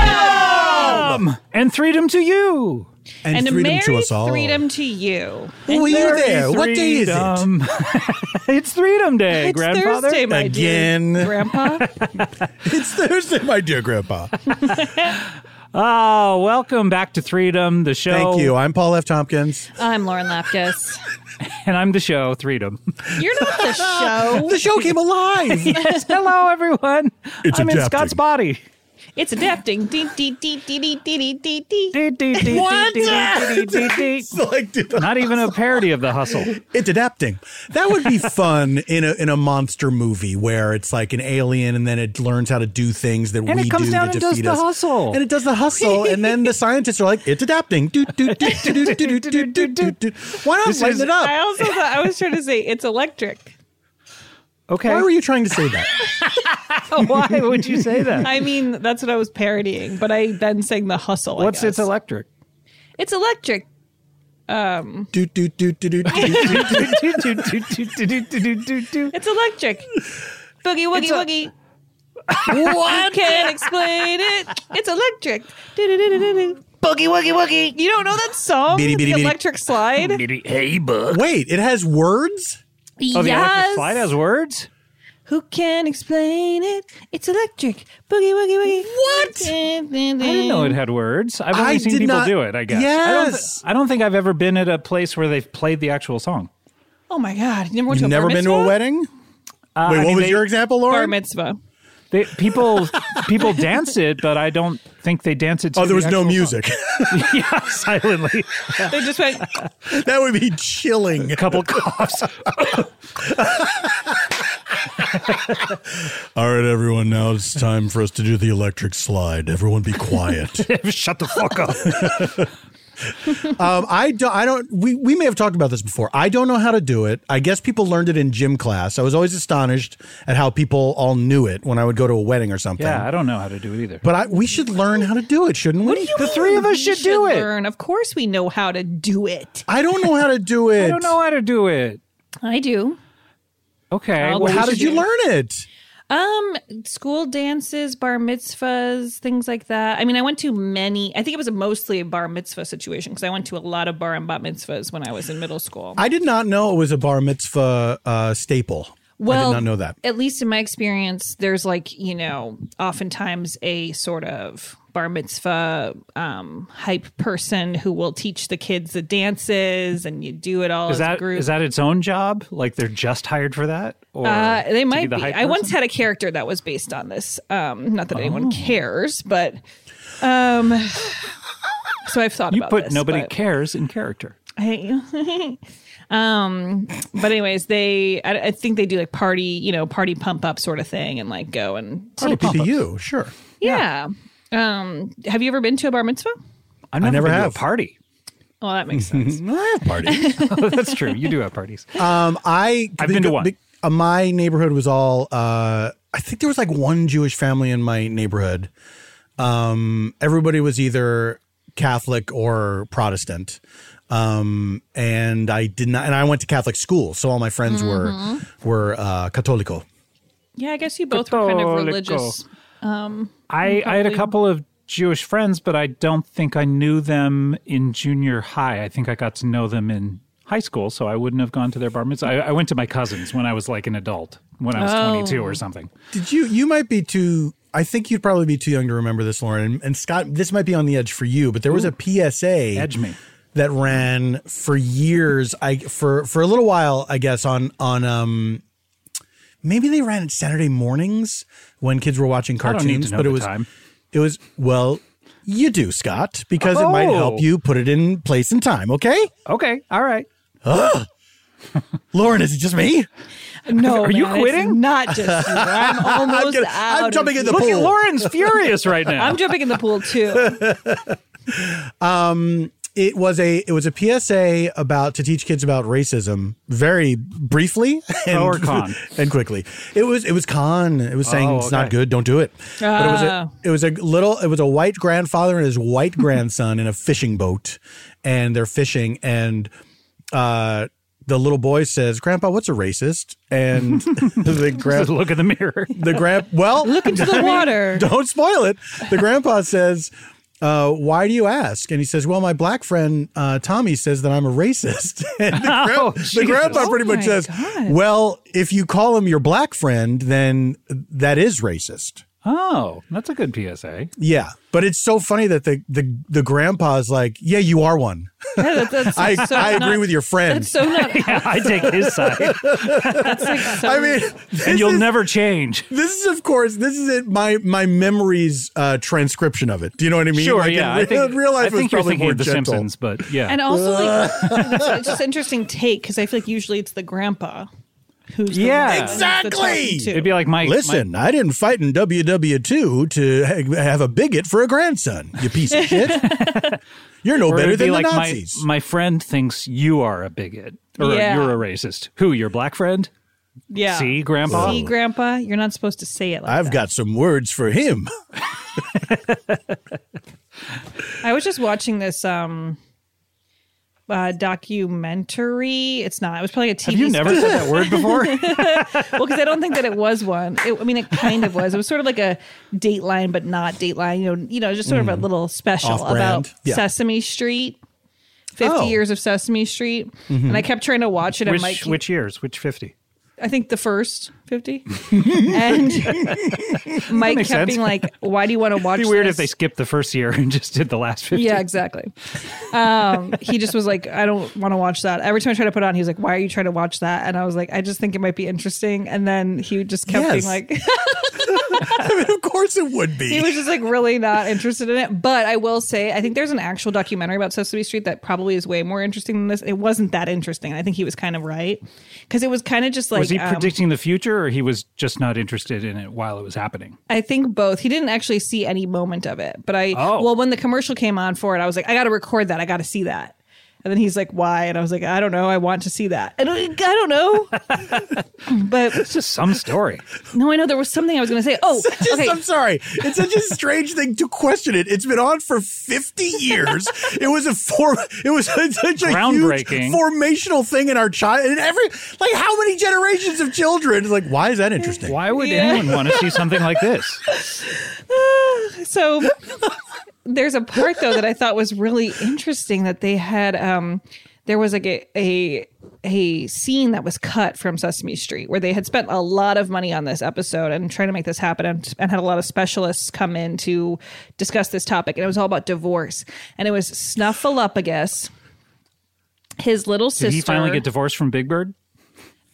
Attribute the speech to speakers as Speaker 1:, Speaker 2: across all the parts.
Speaker 1: Um,
Speaker 2: and freedom to you.
Speaker 3: And,
Speaker 4: a
Speaker 3: freedom
Speaker 4: merry
Speaker 3: to us all.
Speaker 4: freedom to you.
Speaker 3: Were you there? What day is it?
Speaker 2: Freedom. it's Freedom Day,
Speaker 4: it's
Speaker 2: grandfather.
Speaker 4: Thursday, my
Speaker 3: Again.
Speaker 4: dear grandpa.
Speaker 3: It's Thursday, my dear grandpa.
Speaker 2: Ah, welcome back to Freedom, the show.
Speaker 3: Thank you. I'm Paul F. Tompkins.
Speaker 4: I'm Lauren Lapkus.
Speaker 2: And I'm the show, Freedom.
Speaker 4: You're not the show.
Speaker 3: The show came alive.
Speaker 2: yes, hello everyone.
Speaker 3: It's
Speaker 2: I'm in
Speaker 3: adapting.
Speaker 2: Scott's body.
Speaker 4: It's adapting. Dee, dee, dee, dee, dee, dee, dee, dee, dee.
Speaker 2: Dee, dee, dee,
Speaker 4: What?
Speaker 2: dee, dee, dee, dee, dee,
Speaker 3: It's
Speaker 2: dee.
Speaker 3: like, dude,
Speaker 2: Not even a parody of the hustle.
Speaker 3: it's adapting. That would be fun in a in a monster movie where it's like an alien and then it learns how to do things that
Speaker 2: And
Speaker 3: we
Speaker 2: it comes
Speaker 3: do
Speaker 2: down
Speaker 3: to
Speaker 2: and
Speaker 3: defeat
Speaker 2: does the
Speaker 3: us.
Speaker 2: hustle.
Speaker 3: And it does the hustle, and then the scientists are like, "It's adapting." Do, do, do, do, do, do, do, do, do, do. Why not
Speaker 2: This
Speaker 3: lighten
Speaker 2: is-
Speaker 3: it up?
Speaker 4: I also thought I was trying to say it's electric.
Speaker 2: Okay.
Speaker 3: Why were you trying to say that?
Speaker 2: Why would you say that?
Speaker 4: I mean, that's what I was parodying, but I then sang the hustle. I
Speaker 2: What's
Speaker 4: guess.
Speaker 2: it's electric?
Speaker 4: It's electric. Um,
Speaker 3: Do, do, do, do, do, do.
Speaker 4: It's electric. Boogie woogie woogie. What? Can't explain it. It's electric. Do-do-do-do-do-do. Boogie woogie woogie. You don't know that song?
Speaker 3: Bitty, bitty,
Speaker 4: the
Speaker 3: bitty.
Speaker 4: electric slide.
Speaker 1: hey, bud.
Speaker 3: Wait, it has words.
Speaker 2: Oh, the electric slide has words?
Speaker 4: Who can explain it? It's electric. Boogie woogie woogie. What?
Speaker 2: I didn't know it had words. I've only
Speaker 3: I
Speaker 2: seen
Speaker 3: did
Speaker 2: people
Speaker 3: not-
Speaker 2: do it, I guess. I don't, thi-
Speaker 3: Yes.
Speaker 2: I don't think I've ever been at a place where they've played the actual song.
Speaker 4: Oh my god! You never went
Speaker 3: You've
Speaker 4: to a
Speaker 3: never
Speaker 4: bar
Speaker 3: been to
Speaker 4: mitzvah?
Speaker 3: a wedding.
Speaker 2: Uh,
Speaker 3: Wait,
Speaker 2: I
Speaker 3: what
Speaker 2: mean,
Speaker 3: was
Speaker 2: they-
Speaker 3: your example,
Speaker 4: Bar
Speaker 3: Lauren?
Speaker 4: mitzvah.
Speaker 2: they- people people dance it, but I don't think they dance it. To
Speaker 3: Oh, there
Speaker 2: the
Speaker 3: was no
Speaker 2: actual
Speaker 3: music.
Speaker 2: song. yeah, silently.
Speaker 4: They just went.
Speaker 3: that would be chilling.
Speaker 2: A couple coughs.
Speaker 3: All right, everyone. Now it's time for us to do the electric slide. Everyone, be quiet.
Speaker 2: Shut the fuck up.
Speaker 3: Um, I don't. I don't. We we may have talked about this before. I don't know how to do it. I guess people learned it in gym class. I was always astonished at how people all knew it when I would go to a wedding or something.
Speaker 2: Yeah, I don't know how to do it either.
Speaker 3: But I, we should learn how to do it, shouldn't we?
Speaker 2: do you The three of us
Speaker 4: "We
Speaker 2: should do it."
Speaker 4: Learn. Of course, we know how to do it.
Speaker 3: I don't know how to do it.
Speaker 2: I don't know how to do it.
Speaker 4: I do.
Speaker 2: Okay.
Speaker 4: I'll
Speaker 2: well,
Speaker 4: do
Speaker 3: How
Speaker 4: We
Speaker 3: did
Speaker 4: should
Speaker 3: you
Speaker 4: do it.
Speaker 3: learn it?
Speaker 4: Um, school dances, bar mitzvahs, things like that. I mean, I went to many. I think it was mostly a bar mitzvah situation because I went to a lot of bar and bat mitzvahs when I was in middle school.
Speaker 3: I did not know it was a bar mitzvah uh, staple. I
Speaker 4: Well,
Speaker 3: did not know that.
Speaker 4: At least in my experience, there's like you know, oftentimes a sort of bar mitzvah um, hype person who will teach the kids the dances, and you do it all
Speaker 2: is
Speaker 4: as a
Speaker 2: that
Speaker 4: group.
Speaker 2: is that its own job? Like they're just hired for that? Or
Speaker 4: Uh,
Speaker 2: to
Speaker 4: they might
Speaker 2: the
Speaker 4: be.
Speaker 2: hype
Speaker 4: I once
Speaker 2: person? Oh.
Speaker 4: had a character that was based on this. Um, not that anyone cares, but um, so I've thought
Speaker 2: You
Speaker 4: about
Speaker 2: put
Speaker 4: this,
Speaker 2: nobody
Speaker 4: but
Speaker 2: cares in character.
Speaker 4: I- um, but anyways, they. I, I think they do like party, you know, party pump up sort of thing, and like go and
Speaker 3: Party PPU, sure.
Speaker 4: yeah. Um, have you ever been to a bar mitzvah?
Speaker 2: I've never,
Speaker 3: never
Speaker 2: been to
Speaker 3: have.
Speaker 2: a party.
Speaker 4: Well, that makes sense.
Speaker 3: No, I have party.
Speaker 2: That's true. You do have parties.
Speaker 3: um, I
Speaker 2: I've been to one.
Speaker 3: be- uh, my neighborhood was all. Uh, I think there was like one Jewish family in my neighborhood. Um, everybody was either Catholic or Protestant, um, and I did not. And I went to Catholic school, so all my friends were were uh, Catolico.
Speaker 4: Yeah, I guess you both were kind of
Speaker 2: Catholico.
Speaker 4: religious
Speaker 2: I, I had a
Speaker 4: probably-
Speaker 2: couple of Jewish friends, but I don't think I knew them in junior high. I think I got to know them in high school, so I wouldn't have gone to their bar mitzvah. I, I went to my cousins when I was like an adult, when I was 22 or something.
Speaker 3: Did you? You might be too. I think you'd probably be too young to remember this, Lauren. And, and Scott, this might be on the edge for you, but there was a PSA
Speaker 2: Edge me.
Speaker 3: that ran for years. I for for a little while, I guess on on um. Maybe they ran it Saturday mornings when kids were watching
Speaker 2: I
Speaker 3: cartoons,
Speaker 2: don't need to know
Speaker 3: but
Speaker 2: the
Speaker 3: it was
Speaker 2: time.
Speaker 3: it was well, you do, Scott, because it might
Speaker 2: Oh.
Speaker 3: help you put it in place and time. Okay,
Speaker 2: Okay, all right.
Speaker 3: Lauren, is it just me?
Speaker 4: No,
Speaker 2: Are you
Speaker 4: man, it's
Speaker 2: kidding?
Speaker 4: not just you. I'm almost
Speaker 3: kidding. I'm
Speaker 4: out. of
Speaker 3: jumping in the
Speaker 4: here.
Speaker 2: Look
Speaker 3: Pool.
Speaker 2: at Lauren's furious right now.
Speaker 4: I'm jumping in the pool too.
Speaker 3: it was a it was a PSA about to teach kids about racism very briefly and,
Speaker 2: Pro or con?
Speaker 3: and quickly. It was it was con. It was saying
Speaker 2: Oh,
Speaker 3: it's not
Speaker 2: okay.
Speaker 3: good, don't do it. But it was
Speaker 4: Ah.
Speaker 3: a it was a little it was a white grandfather and his white grandson in a fishing boat and they're fishing and uh the little boy says, "Grandpa, what's a racist?" And the
Speaker 2: Just
Speaker 3: grand,
Speaker 2: look in the mirror.
Speaker 3: the grand, well,
Speaker 4: Look into the water.
Speaker 3: don't spoil it. The grandpa says, uh, why do you ask? And he says, well, my black friend uh, Tommy says that I'm a racist. And the, gran-
Speaker 2: Oh,
Speaker 3: the
Speaker 2: Jesus.
Speaker 3: grandpa pretty
Speaker 4: Oh
Speaker 3: much
Speaker 4: my
Speaker 3: says,
Speaker 4: God.
Speaker 3: well, if you call him your black friend, then that is racist.
Speaker 2: Oh, that's a good PSA.
Speaker 3: Yeah, but it's so funny that the the the grandpa's like, yeah, you are one.
Speaker 4: That- that's
Speaker 3: I
Speaker 4: so
Speaker 3: I agree
Speaker 4: not-
Speaker 3: with your friend.
Speaker 4: That's so not.
Speaker 2: Yeah, I take his side,
Speaker 4: That's like so,
Speaker 3: I mean,
Speaker 2: and
Speaker 3: this
Speaker 2: you'll
Speaker 3: is-
Speaker 2: never change.
Speaker 3: This is, of course, this is it, my my memory's uh, transcription of it. Do you know what I mean?
Speaker 2: Sure,
Speaker 3: Like, in
Speaker 2: yeah.
Speaker 3: re-
Speaker 2: I think,
Speaker 3: real life
Speaker 2: I
Speaker 3: it was
Speaker 2: think you're
Speaker 3: probably
Speaker 2: thinking
Speaker 3: more
Speaker 2: of The
Speaker 3: gentle.
Speaker 2: Simpsons, but yeah.
Speaker 4: and also like it's it's just interesting take because I feel like usually it's the grandpa who's the
Speaker 2: Yeah.
Speaker 4: one that's the talking
Speaker 3: Exactly!
Speaker 4: to.
Speaker 2: It'd be like my
Speaker 3: Listen, I didn't fight in WW2 to ha- have a bigot for a grandson, you piece of shit. You're no
Speaker 2: Or
Speaker 3: better
Speaker 2: it'd be
Speaker 3: than
Speaker 2: like
Speaker 3: the Nazis.
Speaker 2: My, my friend thinks you are a bigot or
Speaker 4: Yeah.
Speaker 2: you're a racist. Who, your black friend?
Speaker 4: yeah.
Speaker 2: See, Grandpa?
Speaker 4: See, grandpa, you're not supposed to say it like
Speaker 3: I've
Speaker 4: that.
Speaker 3: got some words for him.
Speaker 4: I was just watching this um uh, documentary. It's not. It was probably a TV.
Speaker 2: Have you never said that word before?
Speaker 4: well, because I don't think that it was one. It, I mean, it kind of was. It was sort of like a Dateline, but not Dateline. You know, you know, just sort of
Speaker 2: Mm.
Speaker 4: a little special
Speaker 3: Off-brand.
Speaker 4: about
Speaker 3: Yeah.
Speaker 4: Sesame Street. Fifty
Speaker 3: Oh.
Speaker 4: years of Sesame Street, and I kept trying to watch it.
Speaker 2: Mm-hmm. which,
Speaker 4: and Mike,
Speaker 2: which years? Which 50?
Speaker 4: I think the first fifty, and Mike kept
Speaker 2: makes sense.
Speaker 4: being like, "Why do you want to watch?"
Speaker 2: It'd be weird if
Speaker 4: this?"
Speaker 2: they skipped the first year and just did the last 50.
Speaker 4: Yeah, exactly. Um, he just was like, I don't want to watch that. Every time I try to put it on, he was like, Why are you trying to watch that? And I was like, I just think it might be interesting. And then he just kept
Speaker 3: Yes.
Speaker 4: being like,
Speaker 3: I mean, of course it would
Speaker 4: he
Speaker 3: be.
Speaker 4: was just like really not interested in it. But I will say, I think there's an actual documentary about Sesame Street that probably is way more interesting than this. It wasn't that interesting. I think he was kind of right because it was kind of just like
Speaker 2: was he
Speaker 4: um,
Speaker 2: predicting the future or he was just not interested in it while it was happening?
Speaker 4: I think both. He didn't actually see any moment of it, but I
Speaker 2: Oh.
Speaker 4: well when the commercial came on for it, I was like, I got to record that. I got to see that. And then he's like, "Why?" And I was like, "I don't know. I want to see that." And I I don't know, but
Speaker 2: It's just some story.
Speaker 4: no, I know there was something I was going to say. Oh,
Speaker 3: Just,
Speaker 4: okay.
Speaker 3: I'm sorry. It's such a strange thing to question it. It's been on for 50 years. it was a form. It was a, such a
Speaker 2: Groundbreaking.
Speaker 3: huge formational thing in our child. And every like, how many generations of children? Like, why is that interesting?
Speaker 2: Why would anyone want to see something like this?
Speaker 4: so there's a part though that I thought was really interesting that they had um there was like a, a a scene that was cut from Sesame Street where they had spent a lot of money on this episode and trying to make this happen and, and had a lot of specialists come in to discuss this topic and it was all about divorce and it was Snuffleupagus his little sister
Speaker 2: Did he finally get divorced from Big Bird?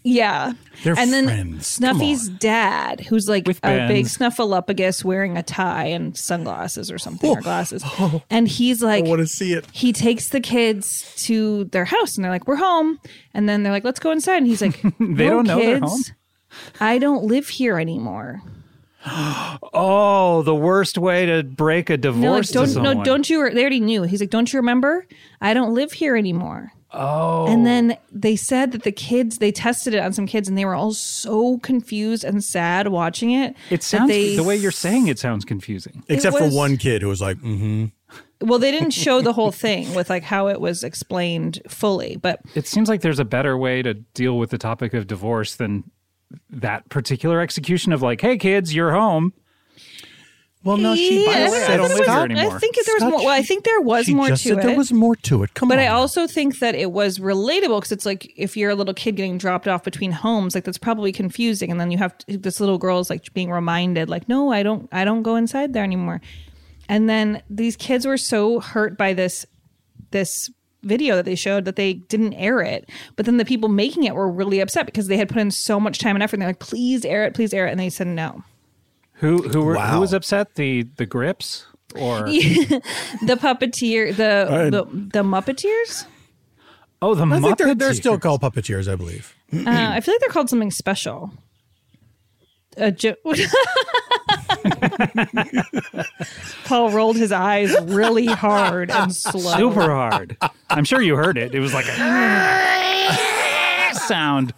Speaker 4: yeah.
Speaker 3: They're
Speaker 4: and then
Speaker 3: friends. Come
Speaker 4: Snuffy's dad, who's like
Speaker 2: With
Speaker 4: a big
Speaker 2: bands.
Speaker 4: snuffleupagus wearing a tie and sunglasses or something or glasses. And he's like
Speaker 3: Oh. I want to see it.
Speaker 4: he takes the kids to their house and they're like, We're home. And then they're like, Let's go inside. And he's like, They
Speaker 2: don't know they're
Speaker 4: kids,
Speaker 2: home."
Speaker 4: I don't live here anymore.
Speaker 2: Oh, the worst way to break a
Speaker 4: And they're
Speaker 2: divorce
Speaker 4: like, don't
Speaker 2: to someone.
Speaker 4: no, don't you? They already knew. He's like, don't you remember? I don't live here anymore. Oh. And then they said that the kids they tested it on some kids, and they were all so confused and sad watching it.
Speaker 2: It
Speaker 4: that
Speaker 2: sounds
Speaker 4: they-
Speaker 2: the way you're saying it sounds confusing.
Speaker 3: Except
Speaker 4: was-
Speaker 3: for one kid who was like, mm-hmm.
Speaker 4: Well, they didn't show the whole thing with like how it was explained fully, but
Speaker 2: It seems like there's a better way to deal with the topic of divorce than that particular execution of like, "Hey kids, you're home."
Speaker 3: Well, no, she
Speaker 4: Yeah,
Speaker 2: By the way,
Speaker 3: just
Speaker 2: I
Speaker 3: said
Speaker 2: don't live here
Speaker 3: Scott.
Speaker 2: anymore.
Speaker 4: I think there was
Speaker 3: Scott,
Speaker 4: more. Well, I think there was
Speaker 3: She
Speaker 4: more
Speaker 3: just
Speaker 4: to
Speaker 3: said
Speaker 4: it.
Speaker 3: there was more to it. Come
Speaker 4: but
Speaker 3: on.
Speaker 4: I also think that it was relatable because it's like if you're a little kid getting dropped off between homes, like that's probably confusing. And then you have to, this little girl is like being reminded, like, no, I don't, I don't go inside there anymore. And then these kids were so hurt by this, this video that they showed that they didn't air it. But then the people making it were really upset because they had put in so much time and effort. And they're like, please air it, please air it, and they said no.
Speaker 2: Who who were,
Speaker 3: Wow.
Speaker 2: who was upset? The the grips or
Speaker 4: The puppeteer, the the, the Muppeteers.
Speaker 2: oh the
Speaker 3: I think they're,
Speaker 2: Muppets.
Speaker 3: they're still called puppeteers, I believe.
Speaker 2: Mm.
Speaker 4: Uh, I feel like they're called something special. A jo- Paul rolled his eyes really hard and slow.
Speaker 2: super hard. I'm sure you heard it. It was like a sound.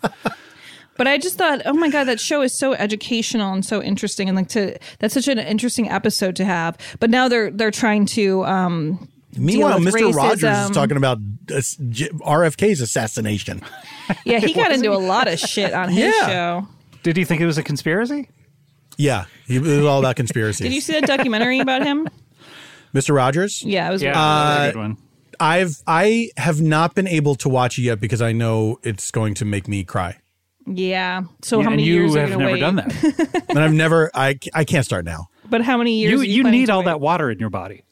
Speaker 4: But I just thought, oh my god, that show is so educational and so interesting, and like to that's such an interesting episode to have. But now they're they're trying to. um
Speaker 3: Meanwhile,
Speaker 4: with
Speaker 3: Mr. Rogers
Speaker 4: racism.
Speaker 3: is talking about uh, J- RFK's assassination.
Speaker 4: Yeah, he got into a lot of shit on his
Speaker 3: Yeah.
Speaker 4: show.
Speaker 2: Did he think it was a conspiracy?
Speaker 3: Yeah, he- it was all about conspiracy.
Speaker 4: Did you see that documentary about him?
Speaker 3: Mr. Rogers?
Speaker 4: Yeah, it was.
Speaker 2: Yeah, Uh,
Speaker 3: Uh,
Speaker 2: that was a good one.
Speaker 3: I've I have not been able to watch it yet because I know it's going to make me cry.
Speaker 4: Yeah. So
Speaker 2: Yeah,
Speaker 4: how
Speaker 2: and
Speaker 4: many
Speaker 2: you
Speaker 4: years are you
Speaker 2: have
Speaker 4: gonna
Speaker 2: never
Speaker 4: wait?
Speaker 2: done that.
Speaker 3: And I've never I c- I can't start now.
Speaker 4: But how many years?
Speaker 2: you
Speaker 4: are
Speaker 2: you
Speaker 4: planning
Speaker 2: need
Speaker 4: to
Speaker 2: all
Speaker 4: wait?
Speaker 2: that water in your body.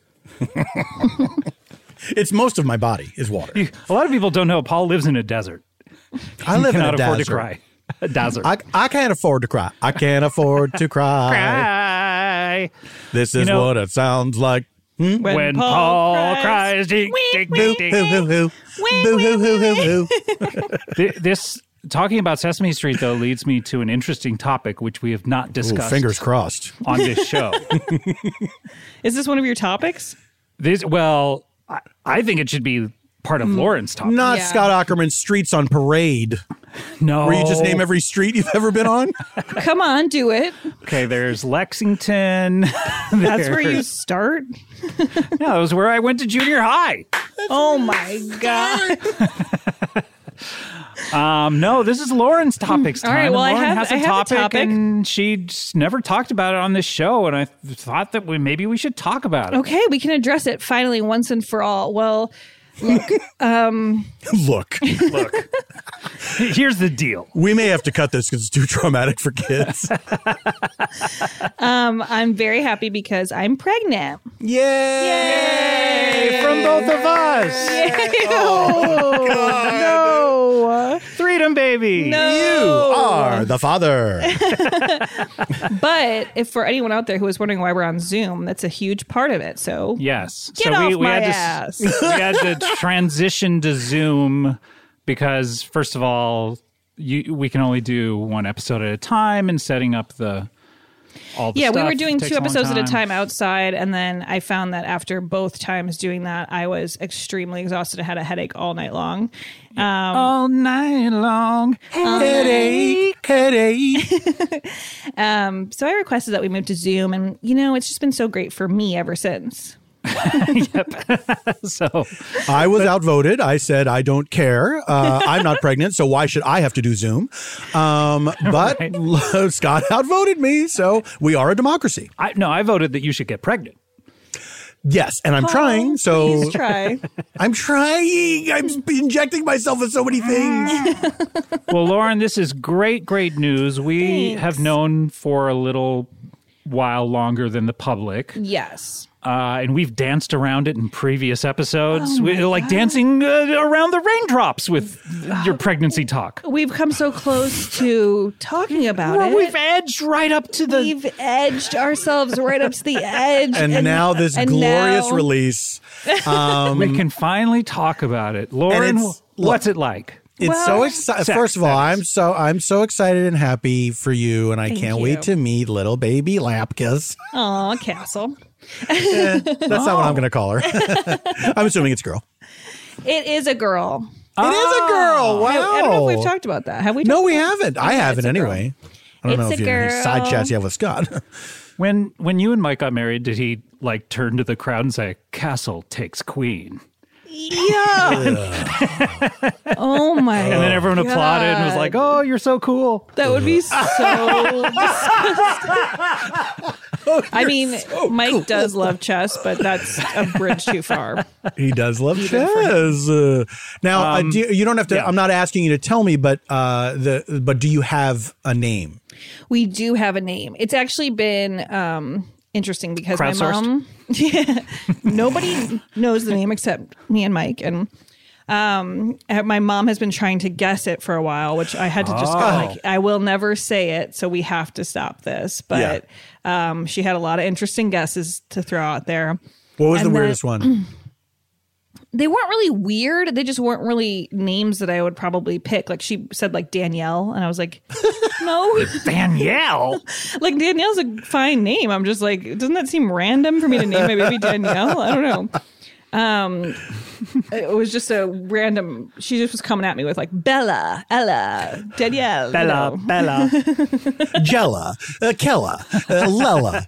Speaker 3: It's most of my body is water.
Speaker 2: You- a lot of people don't know Paul lives in a desert.
Speaker 3: I live in a
Speaker 2: Cannot afford to
Speaker 3: desert.
Speaker 2: cry. A desert.
Speaker 3: I, I can't afford to cry. I can't afford to cry.
Speaker 2: cry
Speaker 3: This is
Speaker 2: know-
Speaker 3: what it sounds like.
Speaker 2: when, Paul, cries. ding, ding, ding, ding.
Speaker 3: Hoo, hoo, hoo. Boo, hoo, hoo, hoo, hoo.
Speaker 2: Th- This talking about Sesame Street though leads me to an interesting topic which we have not
Speaker 3: Ooh,
Speaker 2: discussed
Speaker 3: fingers crossed.
Speaker 2: on this show.
Speaker 4: Is this one of your topics?
Speaker 2: This well, I, I think it should be part
Speaker 3: Mm,
Speaker 2: of Lauren's topic.
Speaker 3: Not
Speaker 4: Yeah.
Speaker 3: Scott Ackerman's Streets on Parade,
Speaker 2: no.
Speaker 3: where you just name every street you've ever been on.
Speaker 4: Come on, do it.
Speaker 2: Okay, there's Lexington.
Speaker 4: That's where you start.
Speaker 2: No, that was where I went to junior high.
Speaker 4: Oh my god! Hmm.
Speaker 2: Um, no, this is Lauren's topics time.
Speaker 4: All right,
Speaker 2: and
Speaker 4: well, I
Speaker 2: Lauren
Speaker 4: have-
Speaker 2: has a
Speaker 4: I have a
Speaker 2: topic,
Speaker 4: topic.
Speaker 2: and she just never talked about it on this show. And I th- thought that we maybe we should talk about it.
Speaker 4: Okay, we can address it finally once and for all. Well,
Speaker 3: Look,
Speaker 2: Look, here's the deal.
Speaker 3: we may have to cut this because it's too traumatic for kids.
Speaker 4: um, I'm very happy because I'm pregnant.
Speaker 2: Hey, Oh. from both of us,
Speaker 4: No,
Speaker 2: freedom, baby.
Speaker 4: no.
Speaker 3: Are the father.
Speaker 4: But if for anyone out there who is wondering why we're on Zoom, that's a huge part of it. So
Speaker 2: Yes.
Speaker 4: Get off my
Speaker 2: had
Speaker 4: ass.
Speaker 2: to s- we had to transition to Zoom because first of all, you, we can only do one episode at a time and setting up the all the
Speaker 4: yeah, we were
Speaker 2: stuff
Speaker 4: doing
Speaker 2: takes
Speaker 4: two
Speaker 2: a long
Speaker 4: episodes at a time outside, and then I found that after both times doing that, I was extremely exhausted. I had a headache all night long.
Speaker 2: all night long.
Speaker 3: headache, headache.
Speaker 4: Um, so I requested that we move to Zoom, and you know, it's just been so great for me ever since.
Speaker 2: So
Speaker 3: I was outvoted. I said, I don't care. Uh, I'm not pregnant, so why should I have to do Zoom? Um, but Scott outvoted me, so we are a democracy.
Speaker 2: I no, I voted that you should get pregnant.
Speaker 3: Yes, and I'm trying. So
Speaker 4: Please try.
Speaker 3: I'm trying. I'm injecting myself with so many things.
Speaker 2: Well, Lauren, this is great, great news. We have known for a little while longer than the public.
Speaker 4: yes.
Speaker 2: uh, and we've danced around it in previous episodes, we, like dancing uh, around the raindrops with your pregnancy talk.
Speaker 4: We've come so close to talking about
Speaker 2: Well,
Speaker 4: it.
Speaker 2: we've edged right up to the.
Speaker 4: We've edged ourselves right up to the edge.
Speaker 3: And, now this
Speaker 4: and
Speaker 3: glorious
Speaker 4: now-
Speaker 3: release. Um,
Speaker 2: we can finally talk about it, Lauren.
Speaker 3: it's-
Speaker 2: what's it like?
Speaker 3: it's so
Speaker 4: Well-
Speaker 3: exciting.
Speaker 2: Sex,
Speaker 3: First of all,
Speaker 2: sex.
Speaker 3: I'm so I'm so excited and happy for you, and I
Speaker 4: Thank
Speaker 3: can't
Speaker 4: you.
Speaker 3: wait to meet little baby Lapkus.
Speaker 4: Aw, Castle.
Speaker 3: That's not what
Speaker 4: Oh.
Speaker 3: I'm going to call her. I'm assuming it's a girl.
Speaker 4: It is a girl.
Speaker 3: It is a girl. Wow.
Speaker 4: Oh. I, I don't know if we've talked about that. Have we?
Speaker 3: No,
Speaker 4: talked
Speaker 3: we
Speaker 4: about-
Speaker 3: haven't. I
Speaker 4: Yeah,
Speaker 3: haven't
Speaker 4: it's a girl.
Speaker 3: anyway. I don't
Speaker 4: It's
Speaker 3: know
Speaker 4: a
Speaker 3: if you have any side
Speaker 4: girl.
Speaker 3: chats you have with Scott.
Speaker 2: When when you and Mike got married, did he like turn to the crowd and say, "Castle takes queen"?
Speaker 4: Yeah. oh my.
Speaker 3: Uh,
Speaker 2: And then everyone applauded and was like, "Oh, you're so cool."
Speaker 4: That would be so disgusting. I mean, Mike does love chess, but that's a bridge too far.
Speaker 3: He does love chess. Uh, now,
Speaker 2: Um,
Speaker 3: uh, do, you don't have to. I'm not asking you to tell me, but uh, the but do you have a name?
Speaker 4: We do have a name. It's actually been um, interesting because my
Speaker 2: Crowdsourced?
Speaker 4: mom, yeah, nobody knows the name except me and Mike, and um, uh, my mom has been trying to guess it for a while, which I had to just go like, I will never say it, so we have to stop this. But um, she had a lot of interesting guesses to throw out there.
Speaker 3: What was
Speaker 4: And
Speaker 3: the
Speaker 4: the-
Speaker 3: weirdest one?
Speaker 4: they weren't really weird. They just weren't really names that I would probably pick. Like she said, like Danielle, and I was like, no,
Speaker 2: Danielle.
Speaker 4: like Danielle's a fine name. I'm just like, doesn't that seem random for me to name my baby Danielle? I don't know. Um, it was just a random. She just was coming at me with like Bella, Ella, Danielle, you
Speaker 2: Bella,
Speaker 4: know.
Speaker 2: Bella.
Speaker 3: Jella, uh, Kella, uh, Lella.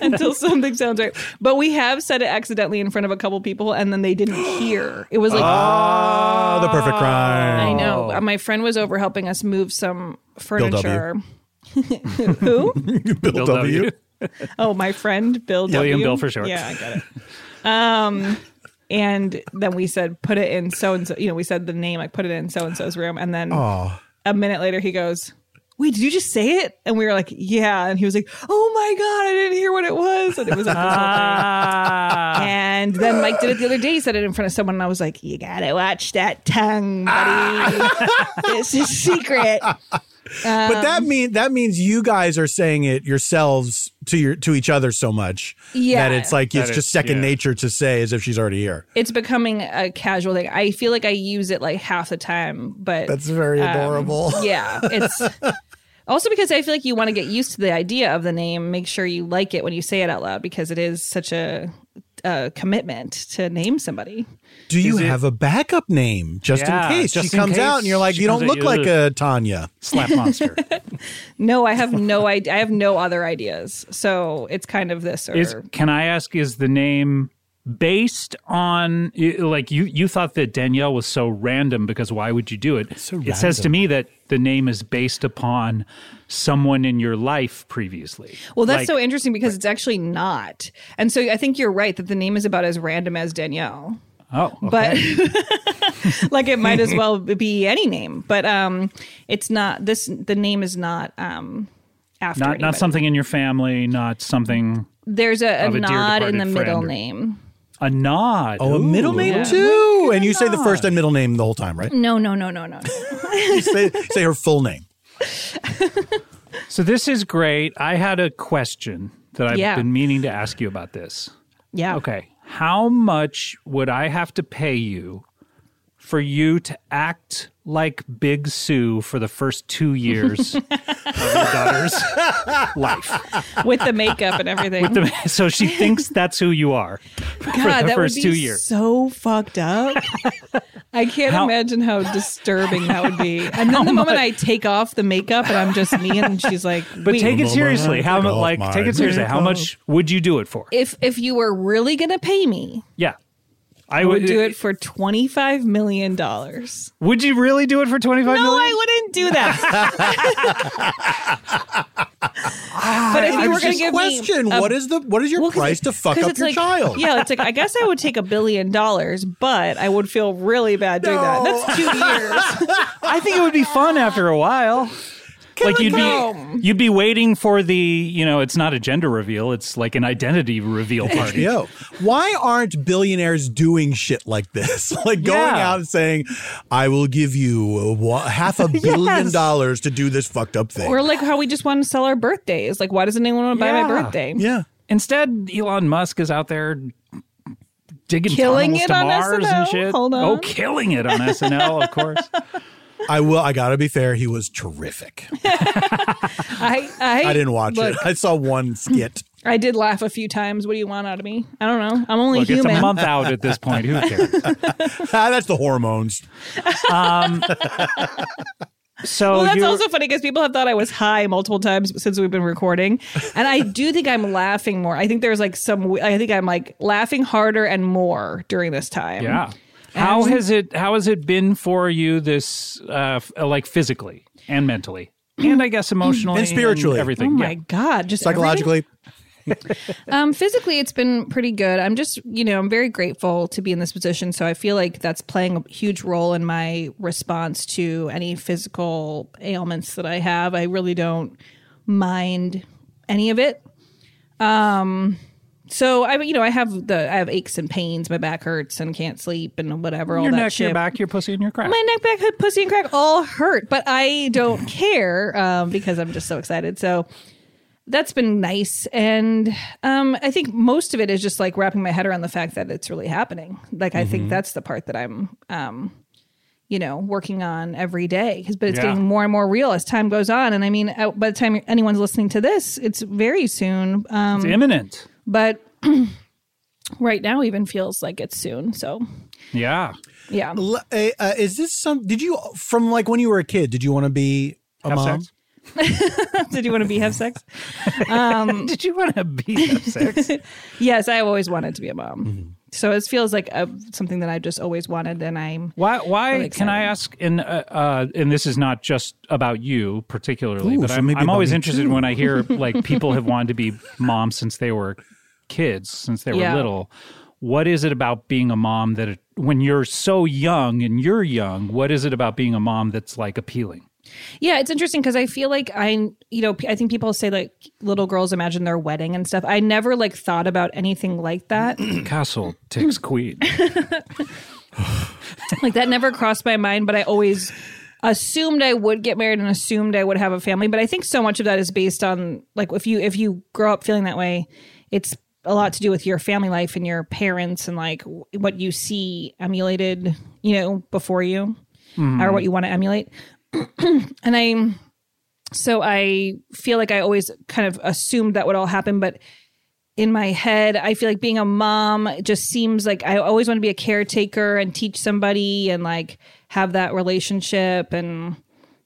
Speaker 4: until something sounds right. But we have said it accidentally in front of a couple people, and then they didn't hear. It was like.
Speaker 3: Ah, the perfect crime.
Speaker 4: I know. Uh, My friend was over helping us move some
Speaker 3: W.
Speaker 4: furniture. Who?
Speaker 3: Bill, w.
Speaker 4: Oh, my friend Bill
Speaker 2: William
Speaker 4: W.
Speaker 2: Bill for short.
Speaker 4: Yeah, I got it. Um, and then we said put it in so and so. You know, we said the name. Like put it in so and so's room, and then a minute later he goes. Wait, did you just say it? And we were like, yeah. And he was like, oh my God, I didn't hear what it was. And it was like this whole
Speaker 2: Ah.
Speaker 4: thing. And then Mike did it the other day. He said it in front of someone. And I was like, you got to watch that tongue, buddy.
Speaker 2: Ah.
Speaker 4: it's a secret.
Speaker 3: But that
Speaker 4: Um,
Speaker 3: mean that means you guys are saying it yourselves to your to each other so much
Speaker 4: Yeah.
Speaker 3: that it's like it's
Speaker 2: That
Speaker 3: just
Speaker 2: is-
Speaker 3: second
Speaker 2: yeah.
Speaker 3: nature to say as if she's already here.
Speaker 4: it's becoming a casual thing. I feel like I use it like half the time, but
Speaker 3: very
Speaker 4: Um,
Speaker 3: adorable.
Speaker 4: yeah, it's also because I feel like you want to get used to the idea of the name, make sure you like it when you say it out loud because it is such a, a commitment to name somebody.
Speaker 3: Do you
Speaker 2: Is it-
Speaker 3: have a backup name just
Speaker 2: Yeah,
Speaker 3: in case
Speaker 2: just
Speaker 3: she
Speaker 2: in
Speaker 3: comes
Speaker 2: case
Speaker 3: out and you're like,
Speaker 2: she
Speaker 3: you
Speaker 2: comes at
Speaker 3: don't look
Speaker 2: you
Speaker 3: like
Speaker 2: with-
Speaker 3: a Tanya?
Speaker 2: Slap monster.
Speaker 4: No, I have no idea. I have no other ideas. So it's kind of this or
Speaker 2: Is can I ask? Is the name based on i- like you? You thought that Danielle was so random because why would you do it?
Speaker 3: So
Speaker 2: it says to
Speaker 3: random.
Speaker 2: me that the name is based upon someone in your life previously.
Speaker 4: Well, that's
Speaker 2: Like,
Speaker 4: so interesting because it's actually not. And so I think you're right that the name is about as random as Danielle.
Speaker 2: Oh, okay.
Speaker 4: but like it might as well be any name but um it's not this the name is not um after
Speaker 2: not not
Speaker 4: anybody.
Speaker 2: something in your family, not something
Speaker 4: there's a, a
Speaker 2: of a dear
Speaker 4: nod in
Speaker 2: departed
Speaker 4: the middle
Speaker 2: friend.
Speaker 4: name
Speaker 2: a nod.
Speaker 3: Oh, a middle
Speaker 2: Ooh.
Speaker 3: name
Speaker 4: Yeah.
Speaker 3: too. And you say the first and middle name the whole time, right?
Speaker 4: no no no no no
Speaker 3: You say, say her full name.
Speaker 2: So this is great. I had a question that I've
Speaker 4: Yeah.
Speaker 2: been meaning to ask you about this.
Speaker 4: yeah
Speaker 2: Okay. How much would I have to pay you for you to act like Big Sue for the first two years of your daughter's life?
Speaker 4: with the makeup and everything
Speaker 2: So she thinks that's who you are for
Speaker 4: god
Speaker 2: the
Speaker 4: that
Speaker 2: first
Speaker 4: would be
Speaker 2: two years.
Speaker 4: so fucked up i can't
Speaker 2: How-
Speaker 4: imagine how disturbing that would be and then the moment i take off the makeup and i'm just me and she's like
Speaker 2: But
Speaker 4: Wait,
Speaker 2: take it
Speaker 3: Mama,
Speaker 2: seriously. How
Speaker 3: take
Speaker 2: much?
Speaker 3: off
Speaker 2: Like,
Speaker 3: my
Speaker 2: take it seriously. How
Speaker 3: makeup.
Speaker 2: much would you do it for?
Speaker 4: if if you were really gonna pay me
Speaker 2: yeah, I
Speaker 4: would do it for $25 million. No,
Speaker 2: Would you really do it for twenty five million?
Speaker 4: I wouldn't do that. but if you were going to give
Speaker 3: Question:
Speaker 4: me a-
Speaker 3: What is the what is your
Speaker 4: Well, 'cause
Speaker 3: price
Speaker 4: it-
Speaker 3: to fuck
Speaker 4: 'cause
Speaker 3: up
Speaker 4: it's
Speaker 3: your
Speaker 4: like-
Speaker 3: child?
Speaker 4: Yeah, it's like I guess I would take a billion dollars, but I would feel really bad doing that. That's two years.
Speaker 2: I think it would be fun after a while. like you'd be you'd be waiting for the you know it's not a gender reveal it's like an identity reveal party.
Speaker 3: Yo, why aren't billionaires doing shit like this? like going
Speaker 2: Yeah.
Speaker 3: out and saying, "I will give you a, wa- half a billion
Speaker 2: Yes.
Speaker 3: dollars to do this fucked up thing."
Speaker 4: or like how we just want to sell our birthdays. Like, why doesn't anyone want to buy
Speaker 2: Yeah.
Speaker 4: my birthday?
Speaker 3: yeah,
Speaker 2: Instead, Elon Musk is out there digging
Speaker 4: Killing
Speaker 2: tunnels
Speaker 4: it
Speaker 2: to
Speaker 4: on
Speaker 2: Mars
Speaker 4: SNL.
Speaker 2: and shit.
Speaker 4: Hold on.
Speaker 2: Oh, killing it on SNL, of course.
Speaker 3: I will. I gotta be fair. He was terrific.
Speaker 4: I, I,
Speaker 3: I didn't watch
Speaker 4: look,
Speaker 3: it. I saw one skit.
Speaker 4: I did laugh a few times. What do you want out of me? I don't know. I'm only
Speaker 2: Look, it's
Speaker 4: human.
Speaker 2: a month out at this point. Who cares?
Speaker 3: Ah, that's the hormones.
Speaker 2: So
Speaker 4: Well, that's
Speaker 2: you're-
Speaker 4: also funny because people have thought I was high multiple times since we've been recording, and I do think I'm laughing more. I think there's like some. I think I'm like laughing harder and more during this time.
Speaker 2: yeah. How has it how has it been for you this uh, f- like physically uh, and mentally? and I guess emotionally
Speaker 3: And spiritually.
Speaker 2: everything.
Speaker 4: Oh my
Speaker 2: yeah.
Speaker 4: God. Just everything?
Speaker 3: Psychologically,
Speaker 4: Um, physically, it's been pretty good. I'm just, you know, I'm very grateful to be in this position. So I feel like that's playing a huge role in my response to any physical ailments that I have. I really don't mind any of it. Um, so I, you know, I have the, I have aches and pains. My back hurts and can't sleep and whatever. all
Speaker 2: Your
Speaker 4: that
Speaker 2: neck,
Speaker 4: shit
Speaker 2: your back, your pussy, and your crack.
Speaker 4: my neck back hood, pussy and crack all hurt but i don't care um, because i'm just so excited so that's been nice and um, i think most of it is just like wrapping my head around the fact that it's really happening like i think that's the part that i'm um, you know working on every day 'Cause- but it's
Speaker 2: Yeah.
Speaker 4: getting more and more real as time goes on and i mean uh, by the time anyone's listening to this it's very soon um,
Speaker 2: it's imminent.
Speaker 4: but right now even feels like it's soon so
Speaker 2: Yeah.
Speaker 4: yeah
Speaker 3: L- eh, uh, is this some? Did you from like when you were a kid? Did you want to be a
Speaker 2: Have
Speaker 3: mom?
Speaker 2: sex.
Speaker 4: did you want to be have sex
Speaker 2: Did you want to be have sex?
Speaker 4: Yes, I always wanted to be a mom. So it feels like a, something that I just always wanted, and I'm
Speaker 2: Why? Why
Speaker 4: Really
Speaker 2: can I
Speaker 4: exciting.
Speaker 2: ask? And uh, uh, and this is not just about you particularly,
Speaker 3: Ooh,
Speaker 2: but
Speaker 3: so
Speaker 2: I'm,
Speaker 3: maybe
Speaker 2: I'm
Speaker 3: about
Speaker 2: always
Speaker 3: me
Speaker 2: interested
Speaker 3: too.
Speaker 2: when I hear like people have wanted to be moms since they were kids, since they were
Speaker 4: Yeah.
Speaker 2: little. What is it about being a mom that it, when you're so young and you're young, what is it about being a mom that's like appealing?
Speaker 4: yeah. It's interesting because I feel like I, you know, I think people say like little girls imagine their wedding and stuff. I never like thought about anything like that.
Speaker 2: Castle takes queen.
Speaker 4: like that never crossed my mind. But I always assumed I would get married and assumed I would have a family. But I think so much of that is based on like if you if you grow up feeling that way, it's a lot to do with your family life and your parents and like w- what you see emulated, you know, before you. or what you want to emulate. and I, so I feel like I always kind of assumed that would all happen, but in my head, I feel like being a mom it just seems like I always want to be a caretaker and teach somebody and like have that relationship and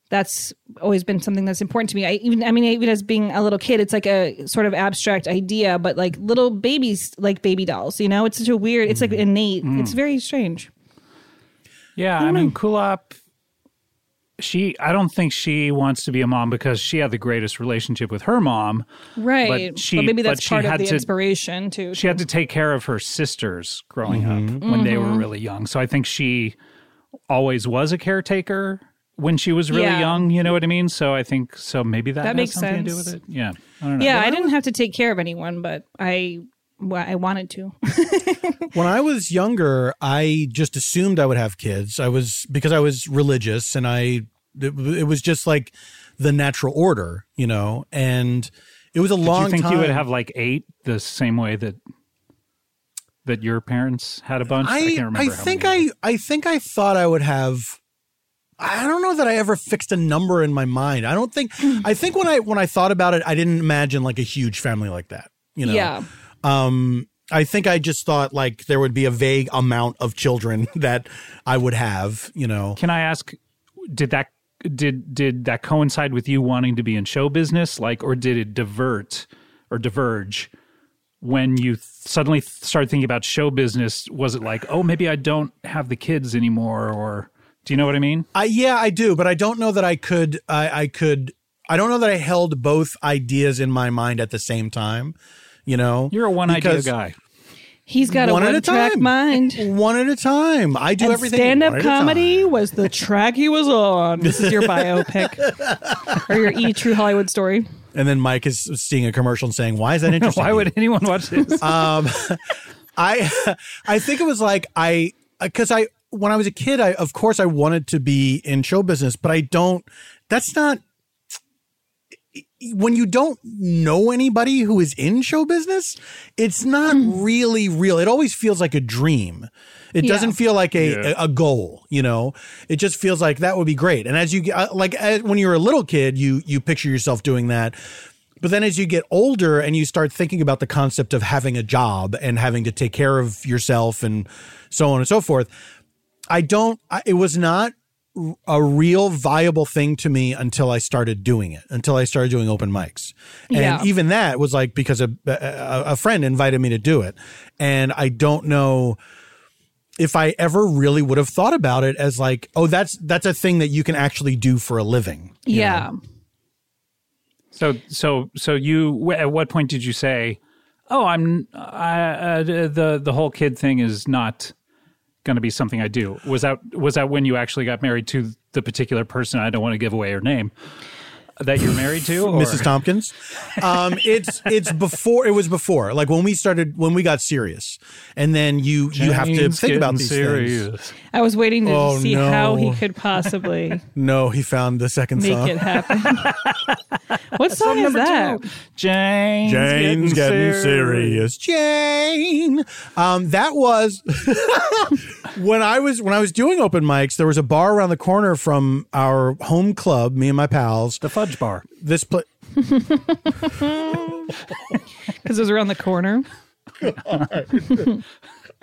Speaker 4: that's always been something that's important to me. I even, I mean, even as being a little kid, it's like a sort of abstract idea, but like little babies, like baby dolls, you know, it's such a weird, it's
Speaker 2: Mm.
Speaker 4: like innate. It's very strange.
Speaker 2: Yeah, I mean, Kulop. She, I don't think she wants to be a mom because she had the greatest relationship with her mom.
Speaker 4: Right.
Speaker 2: But
Speaker 4: But,
Speaker 2: she-
Speaker 4: maybe
Speaker 2: but
Speaker 4: that's
Speaker 2: she
Speaker 4: part of
Speaker 2: had
Speaker 4: the
Speaker 2: to-
Speaker 4: inspiration too.
Speaker 2: she had to take care of her sisters growing up
Speaker 3: Mm-hmm.
Speaker 2: when they
Speaker 4: Mm-hmm.
Speaker 2: were really young. So I think she always was a caretaker when she was really
Speaker 4: Yeah.
Speaker 2: young. You know what I mean? So I think so. Maybe that,
Speaker 4: That
Speaker 2: has
Speaker 4: makes
Speaker 2: something to do
Speaker 4: sense.
Speaker 2: with it. Yeah, I don't know.
Speaker 4: yeah, I didn't have to take care of anyone, but I well, I wanted to.
Speaker 3: When I was younger, I just assumed I would have kids. I was because I was religious and I it, it was just like the natural order, you know. And it was a
Speaker 2: Did
Speaker 3: long
Speaker 2: you think
Speaker 3: time.
Speaker 2: you would have like eight the same way that that your parents had a bunch? I, can't remember.
Speaker 3: I
Speaker 2: how
Speaker 3: think
Speaker 2: many.
Speaker 3: I I think I thought I would have I don't know that I ever fixed a number in my mind. I don't think I think when I when I thought about it, I didn't imagine like a huge family like that. You know.
Speaker 4: Yeah.
Speaker 3: Um I think I just thought like there would be a vague amount of children that I would have, you know.
Speaker 2: Can I ask? Did that did did that coincide with you wanting to be in show business, like, or did it divert or diverge when you th- suddenly th- started thinking about show business? Was it like, oh, maybe I don't have the kids anymore, or do you know what I mean?
Speaker 3: I yeah, I do, but I don't know that I could I, I could I don't know that I held both ideas in my mind at the same time, you know.
Speaker 2: You're a one idea
Speaker 3: Because-
Speaker 2: guy.
Speaker 4: He's got a one track mind.
Speaker 3: One at a time. I do
Speaker 4: And
Speaker 3: everything.
Speaker 4: stand
Speaker 3: one
Speaker 4: up
Speaker 3: at a time.
Speaker 4: comedy was the track he was on. This is your biopic or your E True Hollywood story.
Speaker 3: And then Mike is seeing a commercial and saying, "Why is that interesting?"
Speaker 2: Why
Speaker 3: to
Speaker 2: would
Speaker 3: you?"
Speaker 2: anyone watch this?
Speaker 3: I? I think it was like I because I when I was a kid, I of course I wanted to be in show business, but I don't. That's not when you don't know anybody who is in show business. It's not really real. It always feels like a dream. It
Speaker 4: Yeah.
Speaker 3: doesn't feel like a, a a goal. You know, it just feels like that would be great. And as you get uh, like as, when you're a little kid, you you picture yourself doing that. But then as you get older and you start thinking about the concept of having a job and having to take care of yourself and so on and so forth, I don't, I, it was not a real viable thing to me until I started doing it, until I started doing open mics. And
Speaker 4: Yeah.
Speaker 3: even that was like because a, a, a friend invited me to do it. And I don't know if I ever really would have thought about it as like, oh, that's that's a thing that you can actually do for a living.
Speaker 4: Yeah.
Speaker 2: So so so you wh- at what point did you say, "Oh, I'm I, uh, the the whole kid thing is not going to be something I do." Was that was that when you actually got married to the particular person? I don't want to give away her name that you're married to, or-
Speaker 3: Mrs. Tompkins. Um, it's it's before it was before like when we started when we got serious, and then you you have to
Speaker 2: Jane's
Speaker 3: think
Speaker 2: getting
Speaker 3: about these things.
Speaker 2: serious.
Speaker 4: I was waiting to
Speaker 3: Oh,
Speaker 4: see how he
Speaker 3: no.
Speaker 4: could possibly
Speaker 3: No, he found the second
Speaker 4: make
Speaker 3: song.
Speaker 4: it happen. what song is that?
Speaker 2: Jane's,
Speaker 3: Jane's getting, serious. Jane. Um, that was when I was when I was doing open mics. There was a bar around the corner from our home club. Me and my pals.
Speaker 2: The fudge bar.
Speaker 3: This place.
Speaker 4: Because it was around the corner.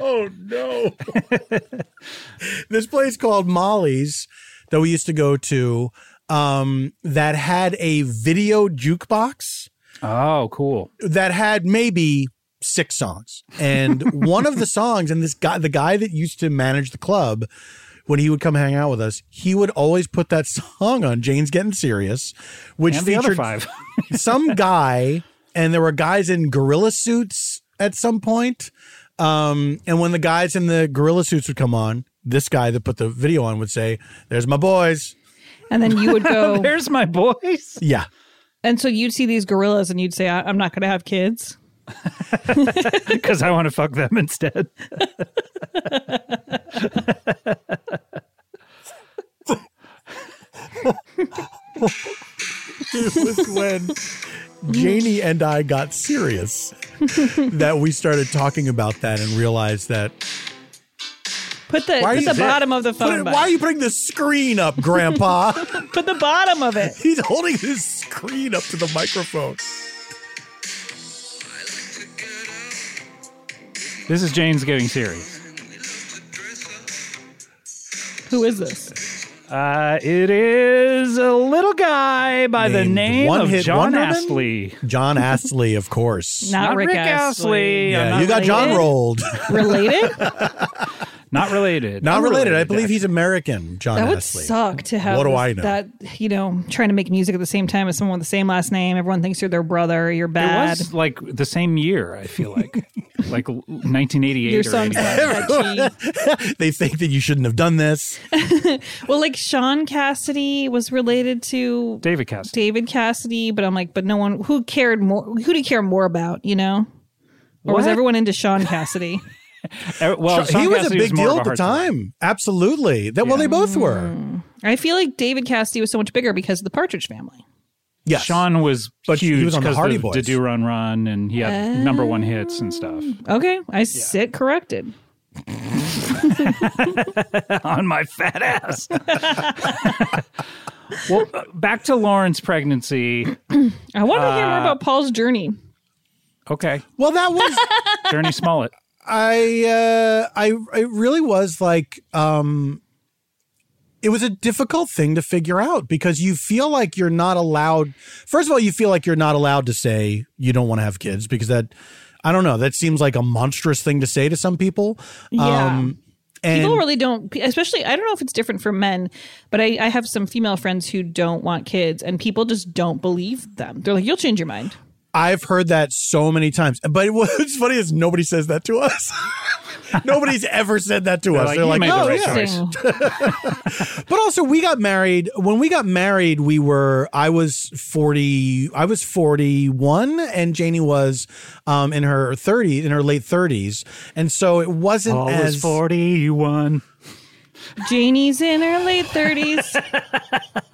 Speaker 3: Oh no. this place called Molly's that we used to go to um that had a video jukebox
Speaker 2: Oh, cool.
Speaker 3: that had maybe six songs. And one of the songs and this guy the guy that used to manage the club when he would come hang out with us, he would always put that song on Jane's Getting Serious, which
Speaker 2: And the
Speaker 3: featured
Speaker 2: other five.
Speaker 3: some guy, and there were guys in gorilla suits at some point. Um, and when the guys in the gorilla suits would come on, this guy that put the video on would say, "There's my boys."
Speaker 4: And then you would go,
Speaker 2: There's my boys.
Speaker 3: Yeah,
Speaker 4: and so you'd see these gorillas, and you'd say, I- "I'm not going to have kids."
Speaker 2: Because I want to fuck them instead.
Speaker 3: it was when Janie and I got serious that we started talking about that and realized that
Speaker 4: Put the
Speaker 3: Why are
Speaker 4: put
Speaker 3: you
Speaker 4: the
Speaker 3: there?
Speaker 4: bottom of the
Speaker 3: Put
Speaker 4: phone.
Speaker 3: it-
Speaker 4: back.
Speaker 3: why are you putting the screen up, Grandpa?
Speaker 4: put the bottom of it.
Speaker 3: He's holding his screen up to the microphone.
Speaker 2: This is Jane's getting serious.
Speaker 4: Who is this?
Speaker 2: Uh, it is a little guy by the
Speaker 3: Named
Speaker 2: name
Speaker 3: One
Speaker 2: of
Speaker 3: Hit
Speaker 2: John
Speaker 3: Wonderman?
Speaker 2: Astley.
Speaker 3: John Astley, of course.
Speaker 4: Not, Rick, Astley.
Speaker 2: I'm
Speaker 3: yeah,
Speaker 2: not
Speaker 3: you got John
Speaker 2: related.
Speaker 3: rolled.
Speaker 4: Related?
Speaker 2: Not related.
Speaker 3: Not related. I
Speaker 2: Unrelated,
Speaker 3: believe he's
Speaker 2: actually.
Speaker 3: American, John
Speaker 4: That would
Speaker 3: Astley.
Speaker 4: suck to have
Speaker 3: What do I know?
Speaker 4: that, you know, trying to make music at the same time as someone with the same last name. Everyone thinks you're their brother, you're
Speaker 2: It
Speaker 4: bad.
Speaker 2: was like the same year. I feel like, like 1988
Speaker 4: Your
Speaker 2: or
Speaker 4: song's
Speaker 2: 89.
Speaker 4: not catchy.
Speaker 3: they think that you shouldn't have done this.
Speaker 4: Well, like Sean Cassidy was related to
Speaker 2: David Cassidy.
Speaker 4: David Cassidy, but I'm like, but no one who cared more. Who do you care more about? You know, or was
Speaker 2: What?
Speaker 4: everyone into Sean Cassidy?
Speaker 2: Uh, Well, Sean
Speaker 3: he was
Speaker 2: Cassidy
Speaker 3: a big
Speaker 2: more
Speaker 3: deal
Speaker 2: of
Speaker 3: at the
Speaker 2: hard sell.
Speaker 3: time. Absolutely. That well, they both were.
Speaker 4: I feel like David Cassidy was so much bigger because of the Partridge Family.
Speaker 3: Yes.
Speaker 2: Sean was
Speaker 3: But he
Speaker 2: huge
Speaker 3: was on the
Speaker 2: because
Speaker 3: Hardy
Speaker 2: of
Speaker 3: Boys.
Speaker 2: Did Do Run Run, and he had
Speaker 4: Uh,
Speaker 2: number one hits and stuff.
Speaker 4: Okay, I sit corrected.
Speaker 2: on my fat ass. well, uh, back to Lauren's pregnancy.
Speaker 4: I want to hear
Speaker 3: Uh,
Speaker 4: more about Paul's journey.
Speaker 2: Okay,
Speaker 3: Well, that was
Speaker 2: Journey Smollett.
Speaker 3: I uh I it really was like um it was a difficult thing to figure out because you feel like you're not allowed first of all you feel like you're not allowed to say you don't want to have kids because that I don't know that seems like a monstrous thing to say to some people.
Speaker 4: Yeah.
Speaker 3: um, and
Speaker 4: People really don't, especially, I don't know if it's different for men, but I, I have some female friends who don't want kids and people just don't believe them. They're like, you'll change your mind.
Speaker 3: I've heard that so many times. But what's funny is nobody says that to us. Nobody's ever said that to us.
Speaker 2: like,
Speaker 3: They're
Speaker 2: "You
Speaker 3: like,
Speaker 2: made the
Speaker 3: oh,
Speaker 2: right
Speaker 3: yeah.
Speaker 2: choice."
Speaker 4: Interesting.
Speaker 3: But also, we got married. When we got married, we were, I was 40, I was 41, and Janie was um, in her 30s, in her late 30s. And so it wasn't
Speaker 2: Paul
Speaker 3: as.
Speaker 2: was forty-one.
Speaker 4: Janie's in her late 30s. But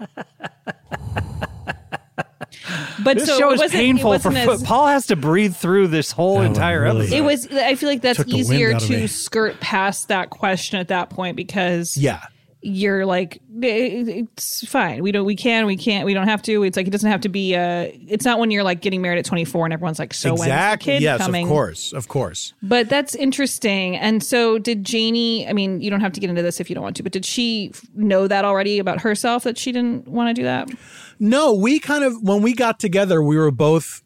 Speaker 2: This
Speaker 4: so
Speaker 2: show
Speaker 4: it
Speaker 2: is
Speaker 4: wasn't- it
Speaker 2: painful for
Speaker 4: wasn't as-
Speaker 2: Paul. Has to breathe through this whole entire
Speaker 3: really-
Speaker 2: episode.
Speaker 4: It was, I feel like that's
Speaker 3: Took the wind
Speaker 4: easier
Speaker 3: out of me.
Speaker 4: to skirt past that question at that point because
Speaker 3: Yeah.
Speaker 4: you're like "Eh, it's fine we don't we can we can't we don't have to it's like it doesn't have to be uh it's not when you're like getting married at 24 and everyone's like so when's the
Speaker 3: Exactly.
Speaker 4: kid
Speaker 3: Yes,
Speaker 4: coming
Speaker 3: of course. Of course.
Speaker 4: but that's interesting and so did janie i mean you don't have to get into this if you don't want to but did she f- know that already about herself that she didn't want to do that
Speaker 3: No, we kind of when we got together, we were both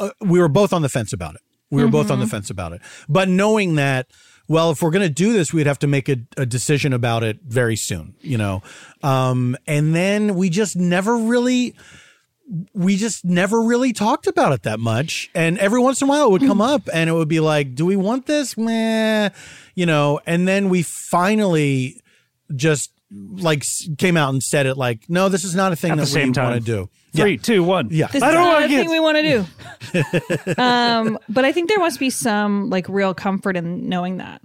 Speaker 3: uh, we were both on the fence about it. We were both on the fence about it. But knowing that, well, if we're going to do this, we'd have to make a, a decision about it very soon, you know. Um, and then we just never really we just never really talked about it that much. And every once in a while it would come up and it would be like, do we want this? Meh, you know, and then we finally just like s- came out and said it like, no, this is not a thing
Speaker 2: At
Speaker 3: that
Speaker 2: the same
Speaker 3: we
Speaker 2: time.
Speaker 3: want to do.
Speaker 2: Three, two, one.
Speaker 3: Yeah.
Speaker 4: This
Speaker 2: I
Speaker 4: is
Speaker 2: don't
Speaker 4: not
Speaker 2: like
Speaker 4: a
Speaker 2: it.
Speaker 4: thing we want to do. um, but I think there must be some like real comfort in knowing that.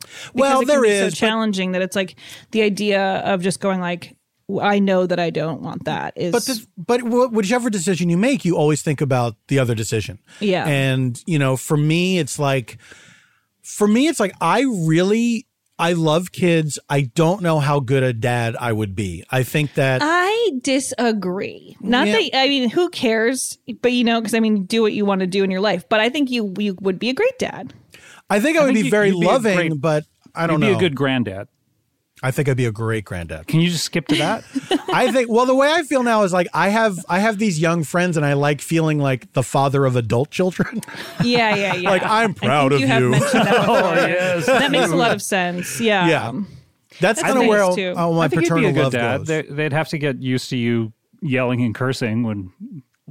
Speaker 4: Because
Speaker 3: Well,
Speaker 4: it can
Speaker 3: there
Speaker 4: be
Speaker 3: is.
Speaker 4: so
Speaker 3: but-
Speaker 4: challenging that it's like the idea of just going like, "W- I know that I don't want that is.
Speaker 3: But this, but wh- whichever decision you make, you always think about the other decision.
Speaker 4: Yeah.
Speaker 3: And you know, for me, it's like, for me, it's like I really, I love kids. I don't know how good a dad I would be. I think that
Speaker 2: Uh,
Speaker 4: I disagree. Not
Speaker 3: Yeah.
Speaker 4: that I mean, who cares? But you know, because I mean, do what you want to do in your life. But I think you you would be a great dad.
Speaker 3: I think I would
Speaker 2: think
Speaker 3: be
Speaker 2: you-
Speaker 3: very
Speaker 2: you'd be a
Speaker 3: loving,
Speaker 2: great-
Speaker 3: but I
Speaker 2: You'd
Speaker 3: don't
Speaker 2: be
Speaker 3: know.
Speaker 2: a good granddad.
Speaker 3: I think I'd be a great granddad.
Speaker 2: Can you just skip to that?
Speaker 3: I think. Well, the way I feel now is like I have I have these young friends, and I like feeling like the father of adult children.
Speaker 4: Yeah, yeah, yeah.
Speaker 3: Like, I'm
Speaker 4: I think
Speaker 3: proud of
Speaker 4: you. Have
Speaker 3: you. Oh,
Speaker 4: mentioned that, before. that makes a lot of sense. Yeah.
Speaker 3: yeah,
Speaker 2: Um,
Speaker 3: that's kind of
Speaker 4: nice
Speaker 3: where all,
Speaker 4: too.
Speaker 3: all Oh, my
Speaker 2: I think you'd
Speaker 3: paternal
Speaker 2: be a good
Speaker 3: love
Speaker 2: dad.
Speaker 3: goes.
Speaker 2: They, they'd have to get used to you yelling and cursing when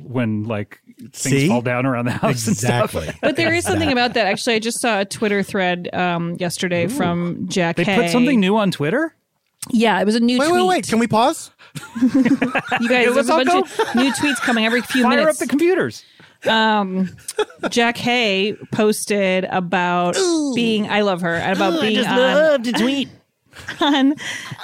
Speaker 2: when like things
Speaker 3: See?
Speaker 2: fall down around the house. and stuff.
Speaker 3: exactly.
Speaker 4: But there is something about that. Actually, I just saw a Twitter thread um, yesterday from Jack.
Speaker 2: They put
Speaker 4: Hay.
Speaker 2: something new on Twitter.
Speaker 4: Yeah, it was a new
Speaker 3: Wait,
Speaker 4: tweet.
Speaker 3: wait, wait! Can we pause?
Speaker 4: You guys, there's a
Speaker 2: all
Speaker 4: bunch of new tweets coming every few
Speaker 2: Fire
Speaker 4: minutes.
Speaker 2: up the computers.
Speaker 4: Jack Hay posted about being I love her and about being on,
Speaker 2: to tweet.
Speaker 4: on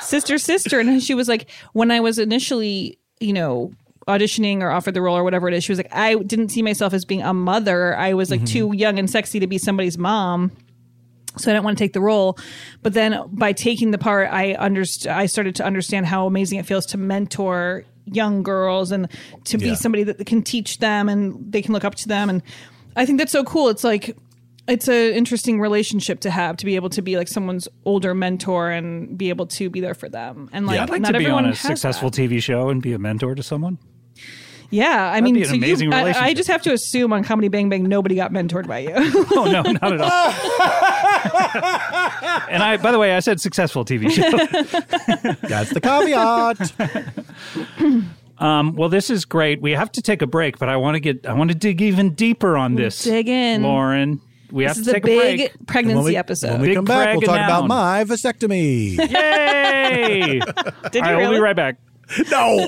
Speaker 4: Sister Sister and she was like when I was initially, you know, auditioning or offered the role or whatever it is, she was like I didn't see myself as being a mother. I was like
Speaker 2: Mm-hmm.
Speaker 4: too young and sexy to be somebody's mom. So I didn't want to take the role, but then by taking the part, I underst- I started to understand how amazing it feels to mentor young girls and to
Speaker 3: Yeah.
Speaker 4: be somebody that can teach them and they can look up to them. And I think that's so cool. It's like it's an interesting relationship to have to be able to be like someone's older mentor and be able to be there for them. And like,
Speaker 2: I'd like
Speaker 4: not
Speaker 2: to be
Speaker 4: everyone
Speaker 2: on a
Speaker 4: has that.
Speaker 2: successful TV show and be a mentor to someone.
Speaker 4: Yeah, I mean,
Speaker 2: be an
Speaker 4: so you-
Speaker 2: amazing
Speaker 4: I- I,
Speaker 2: relationship.
Speaker 4: just have to assume on Comedy Bang Bang, nobody got mentored by you.
Speaker 2: Oh no, not at all. and I, by the way, I said successful TV show.
Speaker 3: That's the caveat.
Speaker 2: Um, well, this is great. We have to take a break, but I want to get, I want to dig even deeper on this.
Speaker 4: dig in.
Speaker 2: Lauren. We
Speaker 4: this
Speaker 2: have
Speaker 4: is
Speaker 2: to
Speaker 4: a
Speaker 2: take a break.
Speaker 4: big pregnancy
Speaker 3: When we-
Speaker 4: episode.
Speaker 3: When we
Speaker 2: Big
Speaker 3: come back, we'll talk about
Speaker 2: crackadown.
Speaker 3: my vasectomy.
Speaker 2: Yay!
Speaker 4: Did
Speaker 2: All
Speaker 4: you
Speaker 2: right, we'll
Speaker 4: really?
Speaker 2: be right back.
Speaker 3: no.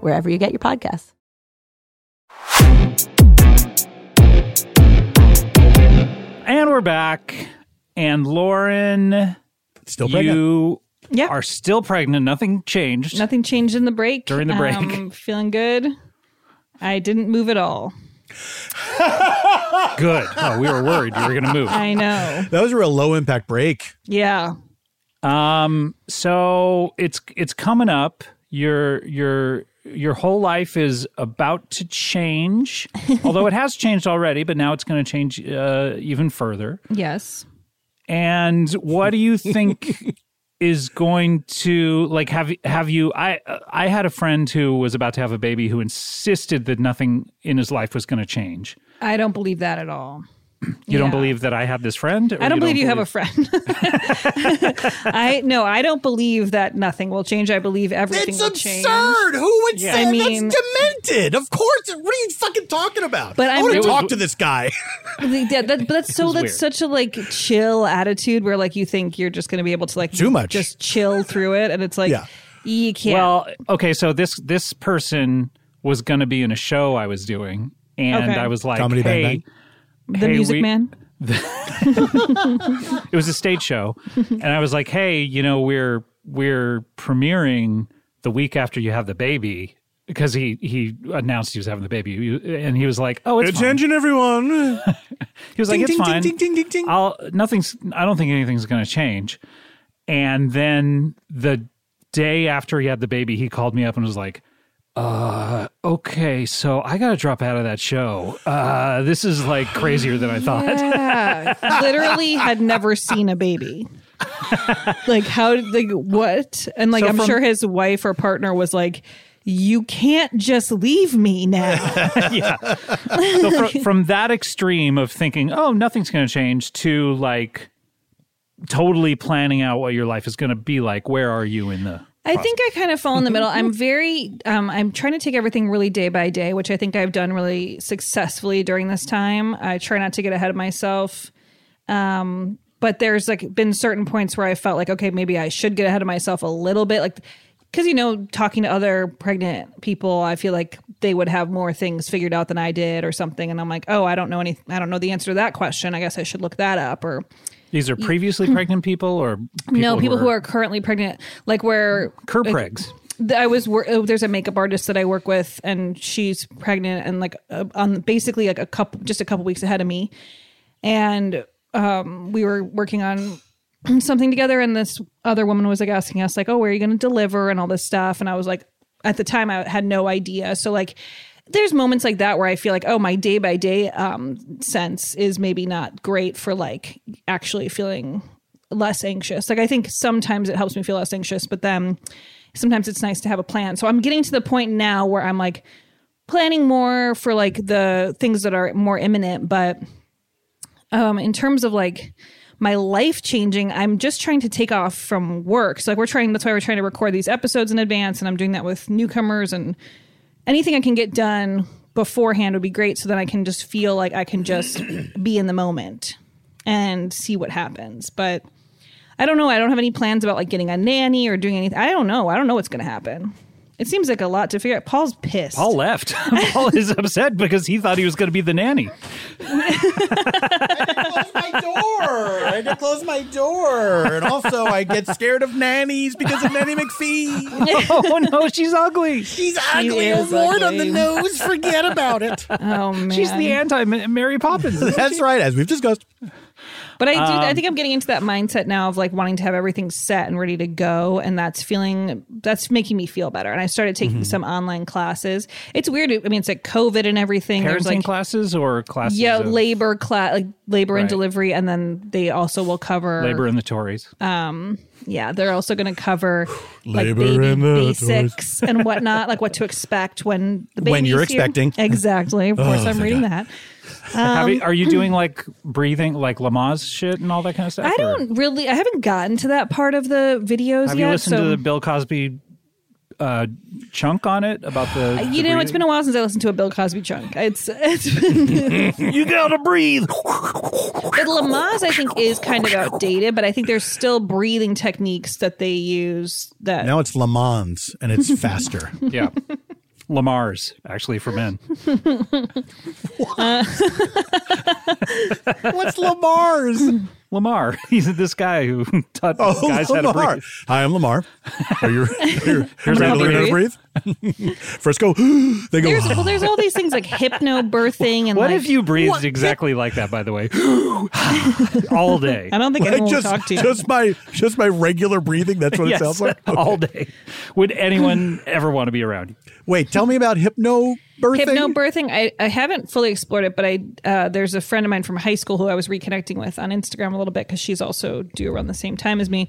Speaker 5: wherever you get your podcasts.
Speaker 2: And we're back. And Lauren,
Speaker 3: Still pregnant.
Speaker 2: you
Speaker 4: Yeah.
Speaker 2: are still pregnant. Nothing changed.
Speaker 4: Nothing changed in the break.
Speaker 2: During the break.
Speaker 4: Um, feeling good. I didn't move at all.
Speaker 2: Good. Oh, we were worried you were going to move.
Speaker 4: I know.
Speaker 3: That was a real low impact break.
Speaker 4: Yeah.
Speaker 2: Um, so it's it's coming up. Your your your whole life is about to change, although it has changed already. But now it's going to change uh, even further.
Speaker 4: Yes.
Speaker 2: And what do you think is going to like have have you I I had a friend who was about to have a baby who insisted that nothing in his life was going to change.
Speaker 4: I don't believe that at all.
Speaker 2: You don't
Speaker 4: Yeah.
Speaker 2: believe that I have this friend? Or
Speaker 4: I don't believe you have a friend. I no, I don't believe that nothing will change. I believe everything
Speaker 3: It's
Speaker 4: will
Speaker 3: absurd.
Speaker 4: change.
Speaker 3: Who would say
Speaker 4: I mean-
Speaker 3: that's demented? Of course. What are you fucking talking about?
Speaker 4: But
Speaker 3: I
Speaker 4: I'm-
Speaker 3: want
Speaker 4: It
Speaker 3: to
Speaker 4: was-
Speaker 3: talk to this guy.
Speaker 4: Yeah, that, but that's so that's
Speaker 2: weird.
Speaker 4: such a like chill attitude where like you think you're just going to be able to like
Speaker 3: Too much.
Speaker 4: just chill through it, and it's like
Speaker 3: Yeah.
Speaker 4: you can't.
Speaker 2: Well, okay, so this this person was going to be in a show I was doing and
Speaker 4: Okay.
Speaker 2: I was like,
Speaker 3: Comedy Bang
Speaker 2: "Hey,
Speaker 3: Bang?
Speaker 4: the
Speaker 2: hey,
Speaker 4: Music
Speaker 2: we-
Speaker 4: Man.
Speaker 2: it was a stage show and i was like hey you know we're we're premiering the week after you have the baby because he he announced he was having the baby and he was like oh it's fine.
Speaker 3: Attention, everyone.
Speaker 2: he was like it's
Speaker 3: Ding, ding, ding,
Speaker 2: fine
Speaker 3: ding, ding, ding, ding.
Speaker 2: i'll nothing's i don't think anything's going to change and then the day after he had the baby he called me up and was like uh okay so i gotta drop out of that show uh this is like crazier than i thought
Speaker 4: Yeah. Literally had never seen a baby. like how did like what? And like
Speaker 2: So
Speaker 4: I'm
Speaker 2: from-
Speaker 4: sure his wife or partner was like, You can't just leave me now.
Speaker 2: yeah. So from, from that extreme of thinking, oh, nothing's going to change, to like totally planning out what your life is going to be like. Where are you in the?
Speaker 4: I think I kind of fall in the middle. I'm very, um, I'm trying to take everything really day by day, which I think I've done really successfully during this time. I try not to get ahead of myself. Um, but there's like been certain points where I felt like, okay, maybe I should get ahead of myself a little bit. Like, cause you know, talking to other pregnant people, I feel like they would have more things figured out than I did or something. And I'm like, oh, I don't know any, I don't know the answer to that question. I guess I should look that up or,
Speaker 2: These are previously pregnant people, or people
Speaker 4: no, people who are currently pregnant, like where
Speaker 2: Kerpregs.
Speaker 4: th- I was wor- oh, there's a makeup artist that I work with, and she's pregnant and like uh, on basically like a couple just a couple weeks ahead of me, and um, we were working on something together, and this other woman was like asking us like, oh, where are you going to deliver and all this stuff, and I was like, at the time I had no idea, so like. There's moments like that where I feel like, oh, my day by day um, sense is maybe not great for like actually feeling less anxious. Like I think sometimes it helps me feel less anxious, but then sometimes it's nice to have a plan. So I'm getting to the point now where I'm like planning more for like the things that are more imminent, but um in terms of like my life changing, I'm just trying to take off from work. So like we're trying that's why we're trying to record these episodes in advance and I'm doing that with newcomers and anything I can get done beforehand would be great so then I can just feel like I can just be in the moment and see what happens. But I don't know. I don't have any plans about like getting a nanny or doing anything. I don't know. I don't know what's going to happen. It seems like a lot to figure out. Paul's pissed.
Speaker 2: Paul left. Paul is upset because he thought he was going to be the nanny.
Speaker 3: my door. I had to close my door. And also, I get scared of nannies because of Nanny McPhee.
Speaker 2: oh no, she's ugly.
Speaker 3: She's ugly. A
Speaker 4: is
Speaker 3: wart on the
Speaker 4: ugly.
Speaker 3: nose. Forget about it.
Speaker 4: oh man.
Speaker 2: She's the anti Mary Poppins.
Speaker 3: That's right, as we've discussed.
Speaker 4: But I do.
Speaker 2: um,
Speaker 4: I think I'm getting into that mindset now of like wanting to have everything set and ready to go, and that's feeling that's making me feel better. And I started taking
Speaker 2: Mm-hmm.
Speaker 4: some online classes. It's weird. I mean, it's like COVID and everything.
Speaker 2: Parenting
Speaker 4: There's like
Speaker 2: classes or classes?
Speaker 4: yeah,
Speaker 2: of
Speaker 4: labor class, like labor and
Speaker 2: Right.
Speaker 4: delivery, and then they also will cover
Speaker 2: labor and the Tories.
Speaker 4: Yeah, they're also going to cover like
Speaker 3: Labor
Speaker 4: baby
Speaker 3: and the
Speaker 4: basics and whatnot, like what to expect when the baby's
Speaker 3: When you're
Speaker 4: here.
Speaker 3: expecting.
Speaker 4: Exactly. Of
Speaker 2: Oh,
Speaker 4: course, I'm
Speaker 3: thank
Speaker 4: reading that.
Speaker 2: Have
Speaker 4: Um,
Speaker 2: you- are you doing like breathing, like Lamaze shit and all that kind of stuff?
Speaker 4: I
Speaker 2: or-
Speaker 4: don't really. I haven't gotten to that part of the videos
Speaker 2: Have
Speaker 4: yet.
Speaker 2: you listened
Speaker 4: so
Speaker 2: to the Bill Cosby uh, chunk on it about the?
Speaker 4: Uh, you know, it's been a while since I listened to a Bill Cosby chunk. It's it's been
Speaker 2: you gotta breathe.
Speaker 4: but Lamaze. I think is kind of outdated, but I think there's still breathing techniques that they use that
Speaker 3: Now it's Le Mans, and it's faster.
Speaker 2: Yeah, Lamar's actually for men.
Speaker 3: What's Lamar's?
Speaker 2: Lamar, he's this guy who taught
Speaker 3: Oh,
Speaker 2: guys how to
Speaker 3: Lamar.
Speaker 2: breathe.
Speaker 3: Hi, I'm Lamar. Are you, are you, are you
Speaker 2: how to
Speaker 3: learning how to breathe? First go, they go,
Speaker 4: there's well, there's all these things like hypnobirthing and
Speaker 2: What
Speaker 4: like,
Speaker 2: if you breathed exactly like that? By the way, all day.
Speaker 4: I don't think
Speaker 3: like
Speaker 4: anyone
Speaker 3: just,
Speaker 4: will talk to you.
Speaker 3: just my just my regular breathing. That's what
Speaker 2: Yes,
Speaker 3: it sounds like.
Speaker 2: all day. Would anyone ever want to be around you?
Speaker 3: Wait, tell me about hypno birthing.
Speaker 4: Hypnobirthing, I, I haven't fully explored it, but I uh, there's a friend of mine from high school who I was reconnecting with on Instagram a little bit because she's also due around the same time as me,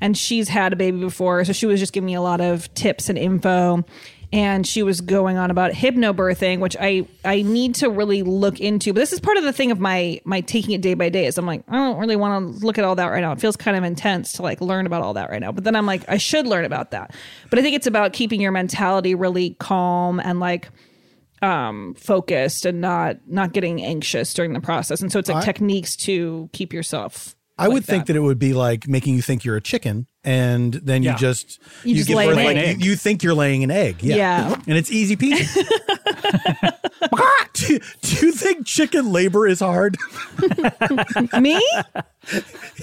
Speaker 4: and she's had a baby before, so she was just giving me a lot of tips and info, and she was going on about hypnobirthing, which I I need to really look into. But this is part of the thing of my my taking it day by day is I'm like I don't really want to look at all that right now. It feels kind of intense to like learn about all that right now, but then I'm like I should learn about that. But I think it's about keeping your mentality really calm and like focused and not not getting anxious during the process and so it's like techniques to keep yourself
Speaker 3: I would think that it would be like making you think you're a chicken, and then
Speaker 2: Yeah.
Speaker 3: you just
Speaker 4: You just
Speaker 3: give
Speaker 4: lay
Speaker 3: birth
Speaker 4: an
Speaker 3: like
Speaker 2: egg.
Speaker 3: you, you think you're laying an egg. Yeah,
Speaker 4: Yeah.
Speaker 3: and it's easy peasy. do, do you think chicken labor is hard?
Speaker 4: Me?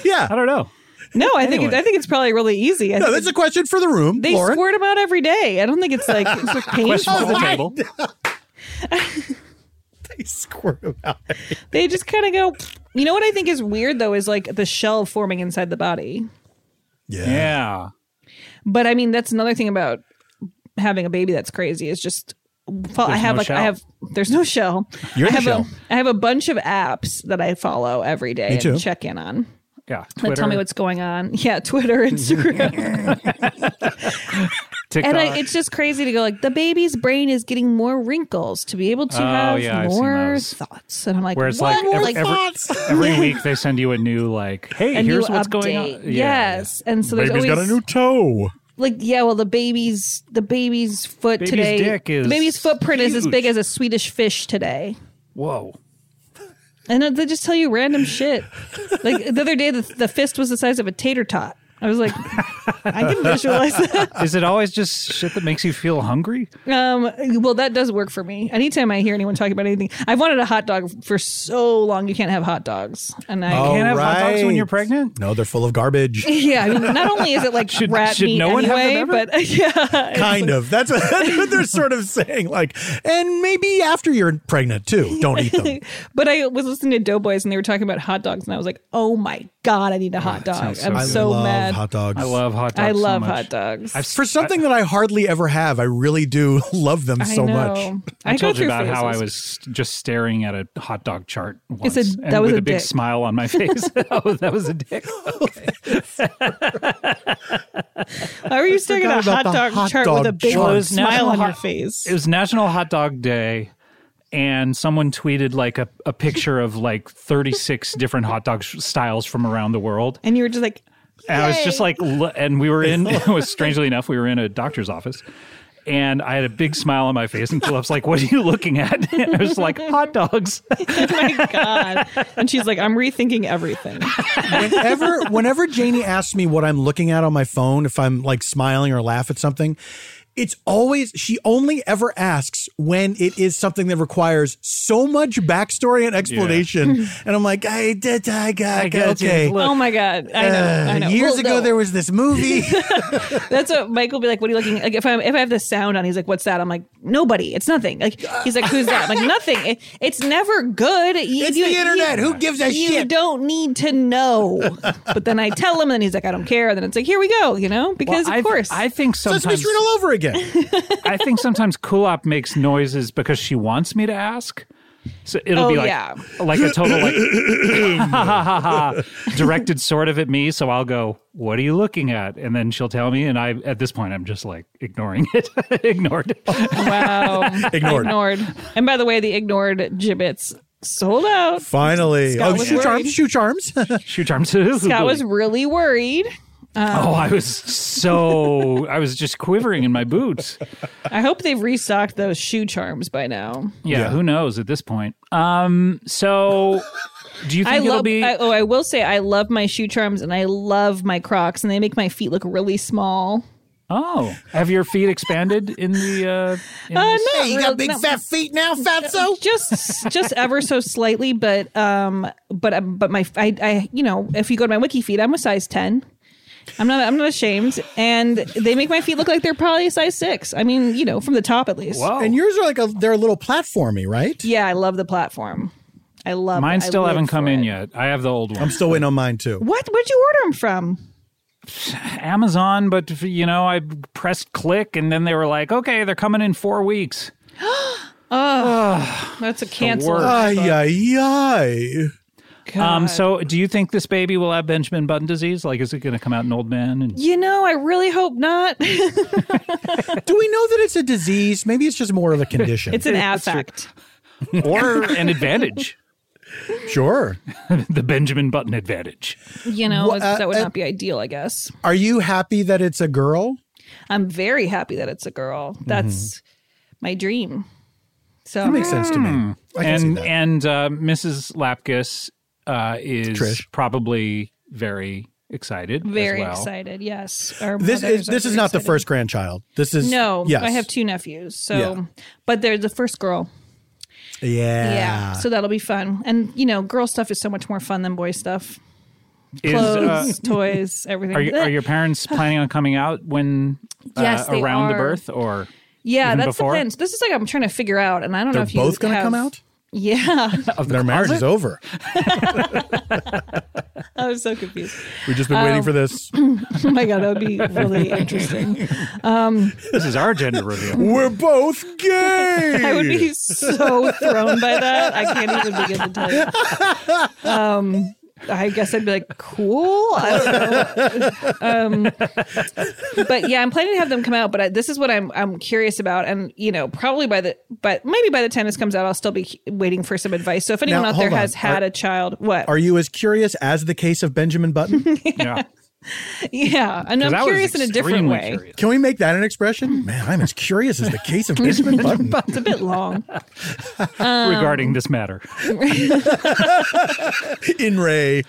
Speaker 3: yeah.
Speaker 2: I don't know.
Speaker 4: No, I think it,
Speaker 2: Anyway.
Speaker 4: I think it's probably really easy. I
Speaker 3: No,
Speaker 4: think
Speaker 3: that's a question for the room.
Speaker 4: they
Speaker 3: Lauren.
Speaker 4: squirt them out every day. I don't think it's like it's
Speaker 2: Question for
Speaker 4: painful.
Speaker 2: the table.
Speaker 3: They squirt 'em out.
Speaker 4: They just kind of go. You know what I think is weird though is like the shell forming inside the body.
Speaker 2: Yeah.
Speaker 4: But I mean, that's another thing about having a baby that's crazy. It's just fo- I
Speaker 2: There's
Speaker 4: have
Speaker 2: no
Speaker 4: like
Speaker 2: shell.
Speaker 4: I have there's no shell.
Speaker 3: You're
Speaker 4: I
Speaker 3: the
Speaker 4: have
Speaker 3: shell.
Speaker 4: a I have a bunch of apps that I follow every day and
Speaker 3: too.
Speaker 4: check in on.
Speaker 2: Yeah. Twitter, Oh,
Speaker 4: That tell me what's going on. Yeah, Twitter, Instagram.
Speaker 2: TikTok.
Speaker 4: and I, it's just crazy to go like the baby's brain is getting more wrinkles to be able to
Speaker 2: Oh,
Speaker 4: have
Speaker 2: yeah, I've seen
Speaker 4: more
Speaker 2: those.
Speaker 4: thoughts. And I'm like,
Speaker 2: where it's
Speaker 4: what?
Speaker 2: like, ev-
Speaker 4: Like,
Speaker 2: every, every week they send you a new like, hey,
Speaker 4: a
Speaker 2: here's
Speaker 4: new
Speaker 2: what's
Speaker 4: update.
Speaker 2: going on. Yeah,
Speaker 4: Yes. And so there's
Speaker 3: Baby's
Speaker 4: always
Speaker 3: got a new toe.
Speaker 4: like yeah, well the baby's the baby's foot
Speaker 2: Baby's
Speaker 4: today
Speaker 2: dick is
Speaker 4: the baby's footprint is as
Speaker 2: huge.
Speaker 4: big as a Swedish fish today.
Speaker 2: Whoa.
Speaker 4: And then they just tell you random shit. Like the other day the, the fist was the size of a tater tot. I was like, I can visualize that.
Speaker 2: Is it always just shit that makes you feel hungry?
Speaker 4: Um, well, that does work for me. Anytime I hear anyone talking about anything, I've wanted a hot dog for so long. You can't have hot dogs, and I
Speaker 3: Oh,
Speaker 2: Can't have hot dogs when you're
Speaker 3: right.
Speaker 2: pregnant?
Speaker 3: No, they're full of garbage.
Speaker 4: Yeah, I mean, not only is it like
Speaker 2: Should-
Speaker 4: rat
Speaker 2: should
Speaker 4: meat
Speaker 2: no one have them
Speaker 4: anyway,
Speaker 2: ever?
Speaker 4: but yeah,
Speaker 3: kind of. That's what, that's what they're sort of saying. Like, and maybe after you're pregnant too, don't eat them.
Speaker 4: But I was listening to Doughboys and they were talking about hot dogs, and I was like, "Oh my god, I need a hot dog!
Speaker 2: Oh, sounds so
Speaker 4: I'm
Speaker 2: good.
Speaker 4: so
Speaker 3: love
Speaker 4: mad.
Speaker 3: hot dogs.
Speaker 2: I love hot dogs.
Speaker 4: I love
Speaker 2: so much.
Speaker 4: hot dogs.
Speaker 2: I've
Speaker 3: for something that I hardly ever have. I really do love them
Speaker 4: I
Speaker 3: so
Speaker 4: know.
Speaker 3: much.
Speaker 2: I,
Speaker 4: go
Speaker 2: told you
Speaker 4: through
Speaker 2: about how I
Speaker 4: phases.
Speaker 2: was just staring at a hot dog chart once,
Speaker 4: a-
Speaker 2: and
Speaker 4: that was
Speaker 2: with
Speaker 4: a
Speaker 2: a big
Speaker 4: dick.
Speaker 2: smile on my face. oh, that was a dick.
Speaker 4: Why were you staring at a
Speaker 3: forgot
Speaker 4: hot
Speaker 3: about
Speaker 4: dog
Speaker 3: the hot
Speaker 4: chart
Speaker 3: dog
Speaker 4: with a big
Speaker 3: chart.
Speaker 2: Well, it was
Speaker 4: smile
Speaker 2: National
Speaker 4: on your
Speaker 2: Hot-
Speaker 4: face?
Speaker 2: It was National Hot Dog Day, and someone tweeted like a, a picture of like 36 different hot dog sh- styles from around the world.
Speaker 4: and you were just like,
Speaker 2: And I was just like, l- and we were in, it was strangely enough, we were in a doctor's office. And I had a big smile on my face, and Philip's like, What are you looking at? And I was like, Hot dogs.
Speaker 4: "My god!" And she's like, "I'm rethinking everything."
Speaker 3: whenever whenever Janie asks me what I'm looking at on my phone, if I'm like smiling or laugh at something, it's always she only ever asks when it is something that requires so much backstory and explanation, and I'm like, I did, I got,
Speaker 2: I got you.
Speaker 3: okay.
Speaker 2: Look.
Speaker 4: Oh my god! I know. I know.
Speaker 3: Uh, years
Speaker 4: Well,
Speaker 3: ago,
Speaker 4: no.
Speaker 3: there was this movie.
Speaker 4: That's what Michael will be like. What are you looking? Like if I'm if I have the sound on, he's like, "What's that?" I'm like, "Nobody. It's nothing." Like he's like, "Who's that?" I'm like, "Nothing. It, it's never good. You-
Speaker 3: it's
Speaker 4: you-
Speaker 3: the internet.
Speaker 4: You,
Speaker 3: Who gives a
Speaker 4: you
Speaker 3: shit?
Speaker 4: don't need to know." but then I tell him, and he's like, "I don't care." Then it's like, "Here we go," you know? Because
Speaker 2: I,
Speaker 4: of course,
Speaker 2: I think
Speaker 3: Sesame
Speaker 2: sometimes.
Speaker 3: Street all over again.
Speaker 2: I think sometimes Kulop makes noises because she wants me to ask. So it'll
Speaker 4: Oh,
Speaker 2: be like,
Speaker 4: yeah.
Speaker 2: like a total like ha, ha, ha, ha, directed sort of at me. So I'll go, "What are you looking at?" And then she'll tell me, and I at this point I'm just like ignoring it, ignored. it.
Speaker 4: wow,
Speaker 3: Ignored.
Speaker 4: ignored. And by the way, the ignored gibbets sold out.
Speaker 3: Finally,
Speaker 4: Scott
Speaker 3: oh,
Speaker 4: was
Speaker 3: shoe
Speaker 4: worried.
Speaker 3: charms, shoe charms.
Speaker 2: Shoe charms. That
Speaker 4: Scott was really worried.
Speaker 2: Oh, I was so I was just quivering in my boots.
Speaker 4: I hope they've restocked those shoe charms by now.
Speaker 2: Yeah, who knows at this point. Um, so do you think
Speaker 4: I
Speaker 2: it'll
Speaker 4: love.
Speaker 2: be?
Speaker 4: I, oh, I will say I love my shoe charms and I love my Crocs, and they make my feet look really small.
Speaker 2: oh, have your feet expanded in the? Uh, in
Speaker 4: Uh,
Speaker 2: this-
Speaker 4: not
Speaker 3: you
Speaker 4: real-
Speaker 3: got big
Speaker 4: no.
Speaker 3: fat feet now, fatso.
Speaker 4: Just, just ever so slightly, but um, but um, but my I, I you know if you go to my wiki feed, I'm a size ten. I'm not. I'm not ashamed, and they make my feet look like they're probably a size six. I mean, you know, from the top at least.
Speaker 2: Whoa.
Speaker 3: And yours are like a, they're a little platformy, right?
Speaker 4: Yeah, I love the platform. I love.
Speaker 2: Mine
Speaker 4: it. I
Speaker 2: still
Speaker 4: live
Speaker 2: haven't come
Speaker 4: for
Speaker 2: in
Speaker 4: it.
Speaker 2: yet. I have the old one.
Speaker 3: I'm still waiting on mine too.
Speaker 4: What? Where'd you order them from?
Speaker 2: Amazon, but f- you know, I pressed click and then they were like, okay, they're coming in four weeks.
Speaker 4: That's a cancel. Uh,
Speaker 2: worst.
Speaker 3: Ay, ay, ay.
Speaker 2: Um, so do you think this baby will have Benjamin Button disease? Like, is it going to come out an old man? And
Speaker 4: You know, I really hope not.
Speaker 3: Do we know that it's a disease? Maybe it's just more of a condition.
Speaker 4: it's an affect.
Speaker 2: or an advantage,
Speaker 3: sure.
Speaker 2: the Benjamin Button advantage.
Speaker 4: You know,
Speaker 3: Wha-
Speaker 4: it's- that would
Speaker 3: uh, uh,
Speaker 4: not be ideal, I guess.
Speaker 3: Are you happy that it's a girl?
Speaker 4: I'm very happy that it's a girl. That's my dream. So
Speaker 3: That makes sense to me. I can see
Speaker 2: Hmm. and
Speaker 3: that.
Speaker 2: and uh, Mrs. Lapkus uh, is
Speaker 3: Trish.
Speaker 2: probably very excited. as
Speaker 4: very
Speaker 2: well.
Speaker 4: excited. Yes. Our
Speaker 3: this is
Speaker 4: mothers are
Speaker 3: this is
Speaker 4: very
Speaker 3: not the
Speaker 4: excited.
Speaker 3: first grandchild. This is
Speaker 4: No,
Speaker 3: Yes,
Speaker 4: I have two nephews. So,
Speaker 3: Yeah.
Speaker 4: but they're the first girl.
Speaker 3: Yeah.
Speaker 4: So that'll be fun. And you know, girl stuff is so much more fun than boy stuff.
Speaker 2: Is,
Speaker 4: Clothes,
Speaker 2: uh,
Speaker 4: toys, everything.
Speaker 2: are, you, are your parents planning on coming out when uh,
Speaker 4: Yes, they
Speaker 2: around the
Speaker 4: are.
Speaker 2: birth or
Speaker 4: yeah,
Speaker 2: even
Speaker 4: that's
Speaker 2: before?
Speaker 4: the plan. This is like I'm trying to figure out, and I don't
Speaker 3: They're
Speaker 4: know if you
Speaker 3: both going to
Speaker 4: have-
Speaker 3: come out?
Speaker 4: Yeah,
Speaker 3: Their marriage is over.
Speaker 4: I was so confused.
Speaker 3: We've just been
Speaker 4: Um,
Speaker 3: waiting for this.
Speaker 4: Oh my god, that would be really interesting.
Speaker 2: This is our gender reveal.
Speaker 3: We're both gay.
Speaker 4: I would be so thrown by that. I can't even begin to tell you. Um, I guess I'd be like, cool. I don't know. Um, but yeah, I'm planning to have them come out. But I, this is what I'm I'm curious about, and you know, probably by the but maybe by the time this comes out, I'll still be waiting for some advice. So if anyone
Speaker 3: Now,
Speaker 4: out there
Speaker 3: hold on.
Speaker 4: has had
Speaker 3: Are-
Speaker 4: a child, what?
Speaker 3: Are you as curious as the case of Benjamin Button?
Speaker 2: yeah.
Speaker 4: yeah, and
Speaker 2: 'Cause
Speaker 4: I'm
Speaker 2: I was
Speaker 4: curious in a different
Speaker 2: extremely
Speaker 4: way.
Speaker 2: curious.
Speaker 3: Can we make that an expression? Man, I'm as curious as the case of Benjamin Button.
Speaker 4: It's a bit long. Um,
Speaker 2: regarding this matter.
Speaker 3: In Ray.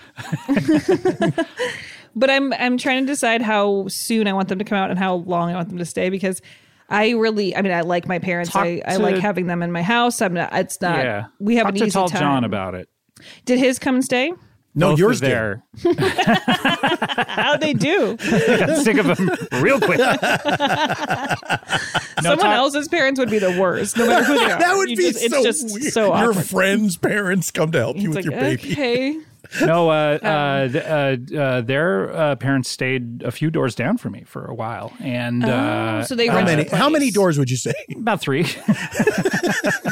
Speaker 4: but I'm I'm trying to decide how soon I want them to come out and how long I want them to stay because I really I mean I like my parents
Speaker 2: Talk
Speaker 4: I, I
Speaker 2: to-
Speaker 4: like having them in my house I'm not it's not
Speaker 2: yeah,
Speaker 4: we have
Speaker 2: Talk
Speaker 4: an
Speaker 2: to
Speaker 4: easy
Speaker 2: tall
Speaker 4: time
Speaker 2: John about it.
Speaker 4: did his come and stay
Speaker 3: No,
Speaker 2: Both
Speaker 3: yours
Speaker 2: were
Speaker 3: did.
Speaker 2: there.
Speaker 3: Uh,
Speaker 4: how they do
Speaker 2: Got sick of him real quick. No,
Speaker 4: someone
Speaker 2: talk-
Speaker 4: else's parents would be the worst no matter who they are
Speaker 3: That would
Speaker 4: You
Speaker 3: be
Speaker 4: just-
Speaker 3: so
Speaker 4: it's just
Speaker 3: weird.
Speaker 4: so
Speaker 3: your
Speaker 4: awkward
Speaker 3: friend's parents come to help you with
Speaker 4: it's like
Speaker 3: your baby.
Speaker 4: okay
Speaker 2: No, uh,
Speaker 4: Um.
Speaker 2: uh, th- uh, uh, their uh, parents stayed a few doors down from me for a while, and uh,
Speaker 4: Oh, so they
Speaker 3: How
Speaker 4: rented
Speaker 3: many?
Speaker 4: a place.
Speaker 3: How many doors would you say?
Speaker 2: about three.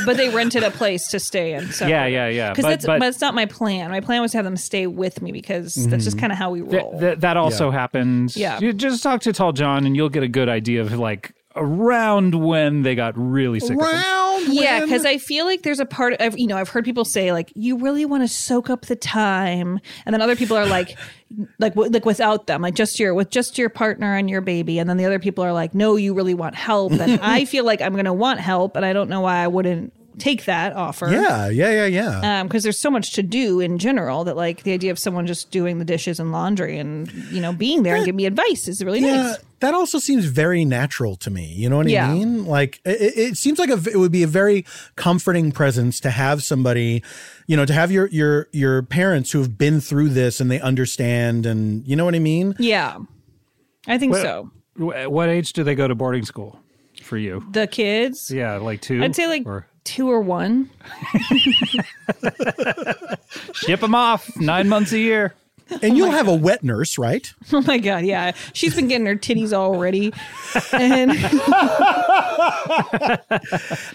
Speaker 4: but they rented a place to stay in so
Speaker 2: yeah, yeah, yeah.
Speaker 4: because
Speaker 2: But-
Speaker 4: that's
Speaker 2: but-
Speaker 4: but, it's not my plan my plan was to have them stay with me because that's
Speaker 2: Mm-hmm.
Speaker 4: just kind of how we roll
Speaker 2: Th- th- that also happens.
Speaker 4: Oh. Yeah.
Speaker 2: You just talk to Tall John, and you'll get a good idea of like around when they got really sick. Of him.
Speaker 3: Round.
Speaker 4: Yeah,
Speaker 3: when-
Speaker 4: because I feel like there's a part of I've- you know I've heard people say like you really want to soak up the time, and then other people are like like w- like without them, like just your with just your partner and your baby, and then the other people are like no, you really want help, and I feel like I'm gonna want help, and I don't know why I wouldn't take that offer.
Speaker 3: Yeah, yeah, yeah, yeah.
Speaker 4: Because there's so much to do in general that, like, the idea of someone just doing the dishes and laundry and, you know, being there and giving me advice is really
Speaker 3: Yeah,
Speaker 4: nice.
Speaker 3: that also seems very natural to me. You know what
Speaker 4: Yeah.
Speaker 3: I mean? Like it- it, it seems like a, it would be a very comforting presence to have somebody, you know, to have your your your parents who have been through this and they understand and you know what I mean?
Speaker 4: Yeah. I think
Speaker 2: Well-
Speaker 4: so.
Speaker 2: Wh- What age do they go to boarding school for you?
Speaker 4: The kids.
Speaker 2: Yeah, like two.
Speaker 4: I'd say like
Speaker 2: or
Speaker 4: two or one.
Speaker 2: ship them off nine months a year.
Speaker 3: And you'll have a wet nurse, right?
Speaker 4: Oh my god, yeah. She's been getting her titties already. And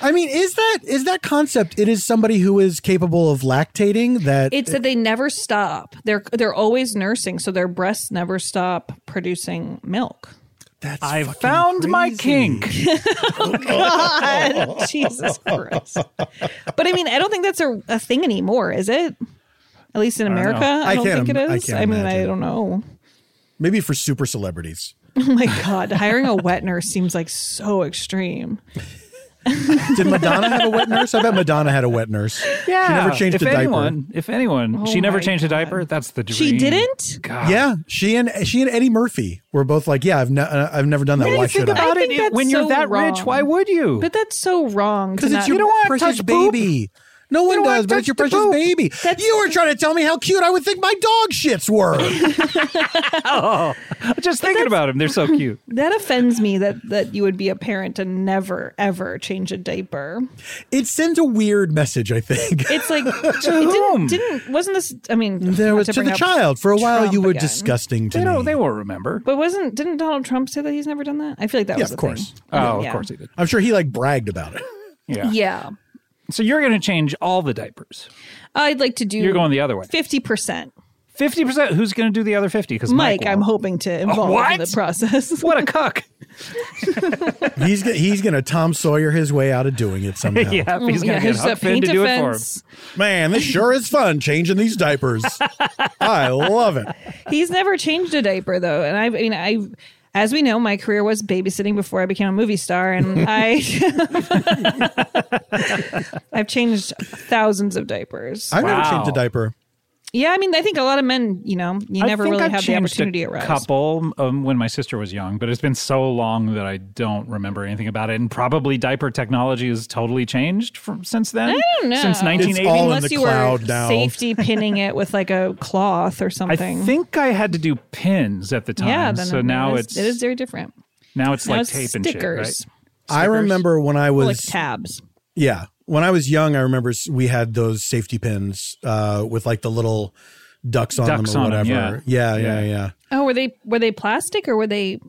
Speaker 3: I mean, is that is that concept? It is somebody who is capable of lactating that
Speaker 4: it's that they never stop. They're they're always nursing, so their breasts never stop producing milk.
Speaker 3: that's
Speaker 2: I
Speaker 3: fucking
Speaker 2: found my
Speaker 3: crazy.
Speaker 2: kink.
Speaker 4: God, Jesus Christ. But I mean, I don't think that's a, a thing anymore, is it? At least in
Speaker 2: know.
Speaker 4: America, I,
Speaker 3: I
Speaker 4: don't
Speaker 3: can't
Speaker 4: think it
Speaker 3: im- I
Speaker 4: is.
Speaker 3: can't
Speaker 4: I, mean, I
Speaker 3: imagine.
Speaker 4: don't know.
Speaker 3: Maybe for super celebrities.
Speaker 4: Oh my god, hiring a wet nurse seems like so extreme.
Speaker 3: Did Madonna have a wet nurse? I bet Madonna had a wet nurse.
Speaker 2: Yeah.
Speaker 3: She never changed
Speaker 2: if
Speaker 3: a diaper.
Speaker 2: anyone, If anyone,
Speaker 4: Oh
Speaker 2: she never
Speaker 4: my
Speaker 2: changed a
Speaker 4: God.
Speaker 2: diaper. That's the dream.
Speaker 4: She didn't.
Speaker 2: God.
Speaker 3: Yeah, she and she and Eddie Murphy were both like, "Yeah, I've ne- uh, I've never done that.
Speaker 2: Really
Speaker 3: Why
Speaker 2: think
Speaker 3: should I?"
Speaker 2: about
Speaker 4: I
Speaker 2: it.
Speaker 4: think that's
Speaker 2: when you're
Speaker 4: so
Speaker 2: that rich,
Speaker 4: wrong.
Speaker 2: why would you?
Speaker 4: But that's so wrong. to
Speaker 3: Because
Speaker 4: not-
Speaker 3: it's your
Speaker 2: don't wanna
Speaker 3: precious
Speaker 2: touch poop.
Speaker 3: baby. No one
Speaker 2: don't wanna
Speaker 3: does, but it's
Speaker 2: touch
Speaker 3: your
Speaker 2: the
Speaker 3: precious
Speaker 2: poop.
Speaker 3: baby. you were trying to tell me how cute I would think my dog shits were.
Speaker 2: Just thinking about them, they're so cute.
Speaker 4: That offends me that that you would be a parent and never ever change a diaper.
Speaker 3: it sends a weird message, I think.
Speaker 4: It's like to
Speaker 2: whom?
Speaker 4: Didn't, didn't wasn't this? I mean,
Speaker 3: There
Speaker 4: not
Speaker 3: was
Speaker 4: to,
Speaker 3: to
Speaker 4: bring
Speaker 3: the
Speaker 4: up
Speaker 3: child for a while.
Speaker 4: Trump
Speaker 3: you were
Speaker 4: again.
Speaker 3: disgusting to
Speaker 2: They
Speaker 3: me.
Speaker 2: don't. They won't remember.
Speaker 4: But wasn't didn't Donald Trump say that he's never done that? I feel like that
Speaker 3: Yeah,
Speaker 4: was
Speaker 3: of
Speaker 4: a thing.
Speaker 3: course.
Speaker 2: Oh,
Speaker 4: Yeah.
Speaker 2: of course they did.
Speaker 3: I'm sure he like bragged about it.
Speaker 2: Yeah.
Speaker 4: Yeah,
Speaker 2: So you're going to change all the diapers.
Speaker 4: I'd like to do.
Speaker 2: You're going the other way.
Speaker 4: fifty percent.
Speaker 2: Fifty percent. Who's going to do the other fifty? Because
Speaker 4: Mike, I'm
Speaker 2: won't.
Speaker 4: hoping to involve
Speaker 2: what?
Speaker 4: in the process.
Speaker 2: What a cuck.
Speaker 3: He's go- he's gonna Tom Sawyer his way out of doing it somehow.
Speaker 2: Yeah, if he's
Speaker 4: Yeah,
Speaker 2: going to get Huck
Speaker 4: a
Speaker 2: Finn to
Speaker 4: paint
Speaker 2: do it
Speaker 4: offense.
Speaker 3: Man, this sure is fun changing these diapers. I love it.
Speaker 4: He's never changed a diaper though, and I, I mean, I, as we know, my career was babysitting before I became a movie star, and I, I've changed thousands of diapers.
Speaker 3: I've never
Speaker 2: Wow.
Speaker 3: changed a diaper.
Speaker 4: Yeah, I mean, I think a lot of men, you know, you never really
Speaker 2: I've
Speaker 4: have the
Speaker 2: changed
Speaker 4: opportunity
Speaker 2: a
Speaker 4: at Rouse.
Speaker 2: couple um, when my sister was young, but it's been so long that I don't remember anything about it. And probably diaper technology has totally changed from since then. I
Speaker 4: don't know.
Speaker 2: Since
Speaker 4: It's
Speaker 2: 1980.
Speaker 3: all in
Speaker 4: Unless
Speaker 3: the
Speaker 4: you
Speaker 3: cloud
Speaker 4: were
Speaker 3: now.
Speaker 4: safety pinning it with like a cloth or
Speaker 2: I
Speaker 4: something.
Speaker 2: think I had to do pins at the time.
Speaker 4: yeah, then
Speaker 2: so
Speaker 4: it
Speaker 2: now
Speaker 4: is-
Speaker 2: it's
Speaker 4: it is very different.
Speaker 2: now it's
Speaker 4: now
Speaker 2: like
Speaker 4: it's
Speaker 2: tape and
Speaker 4: stickers.
Speaker 2: shit, right?
Speaker 3: I remember when I
Speaker 4: Or, like
Speaker 3: was
Speaker 4: tabs.
Speaker 3: Yeah. When I was young, I remember s- we had those safety pins uh, with like the little ducks on
Speaker 2: Ducks
Speaker 3: them or
Speaker 2: on 'em,
Speaker 3: whatever. yeah. yeah, yeah,
Speaker 4: Oh, were they were they plastic or were they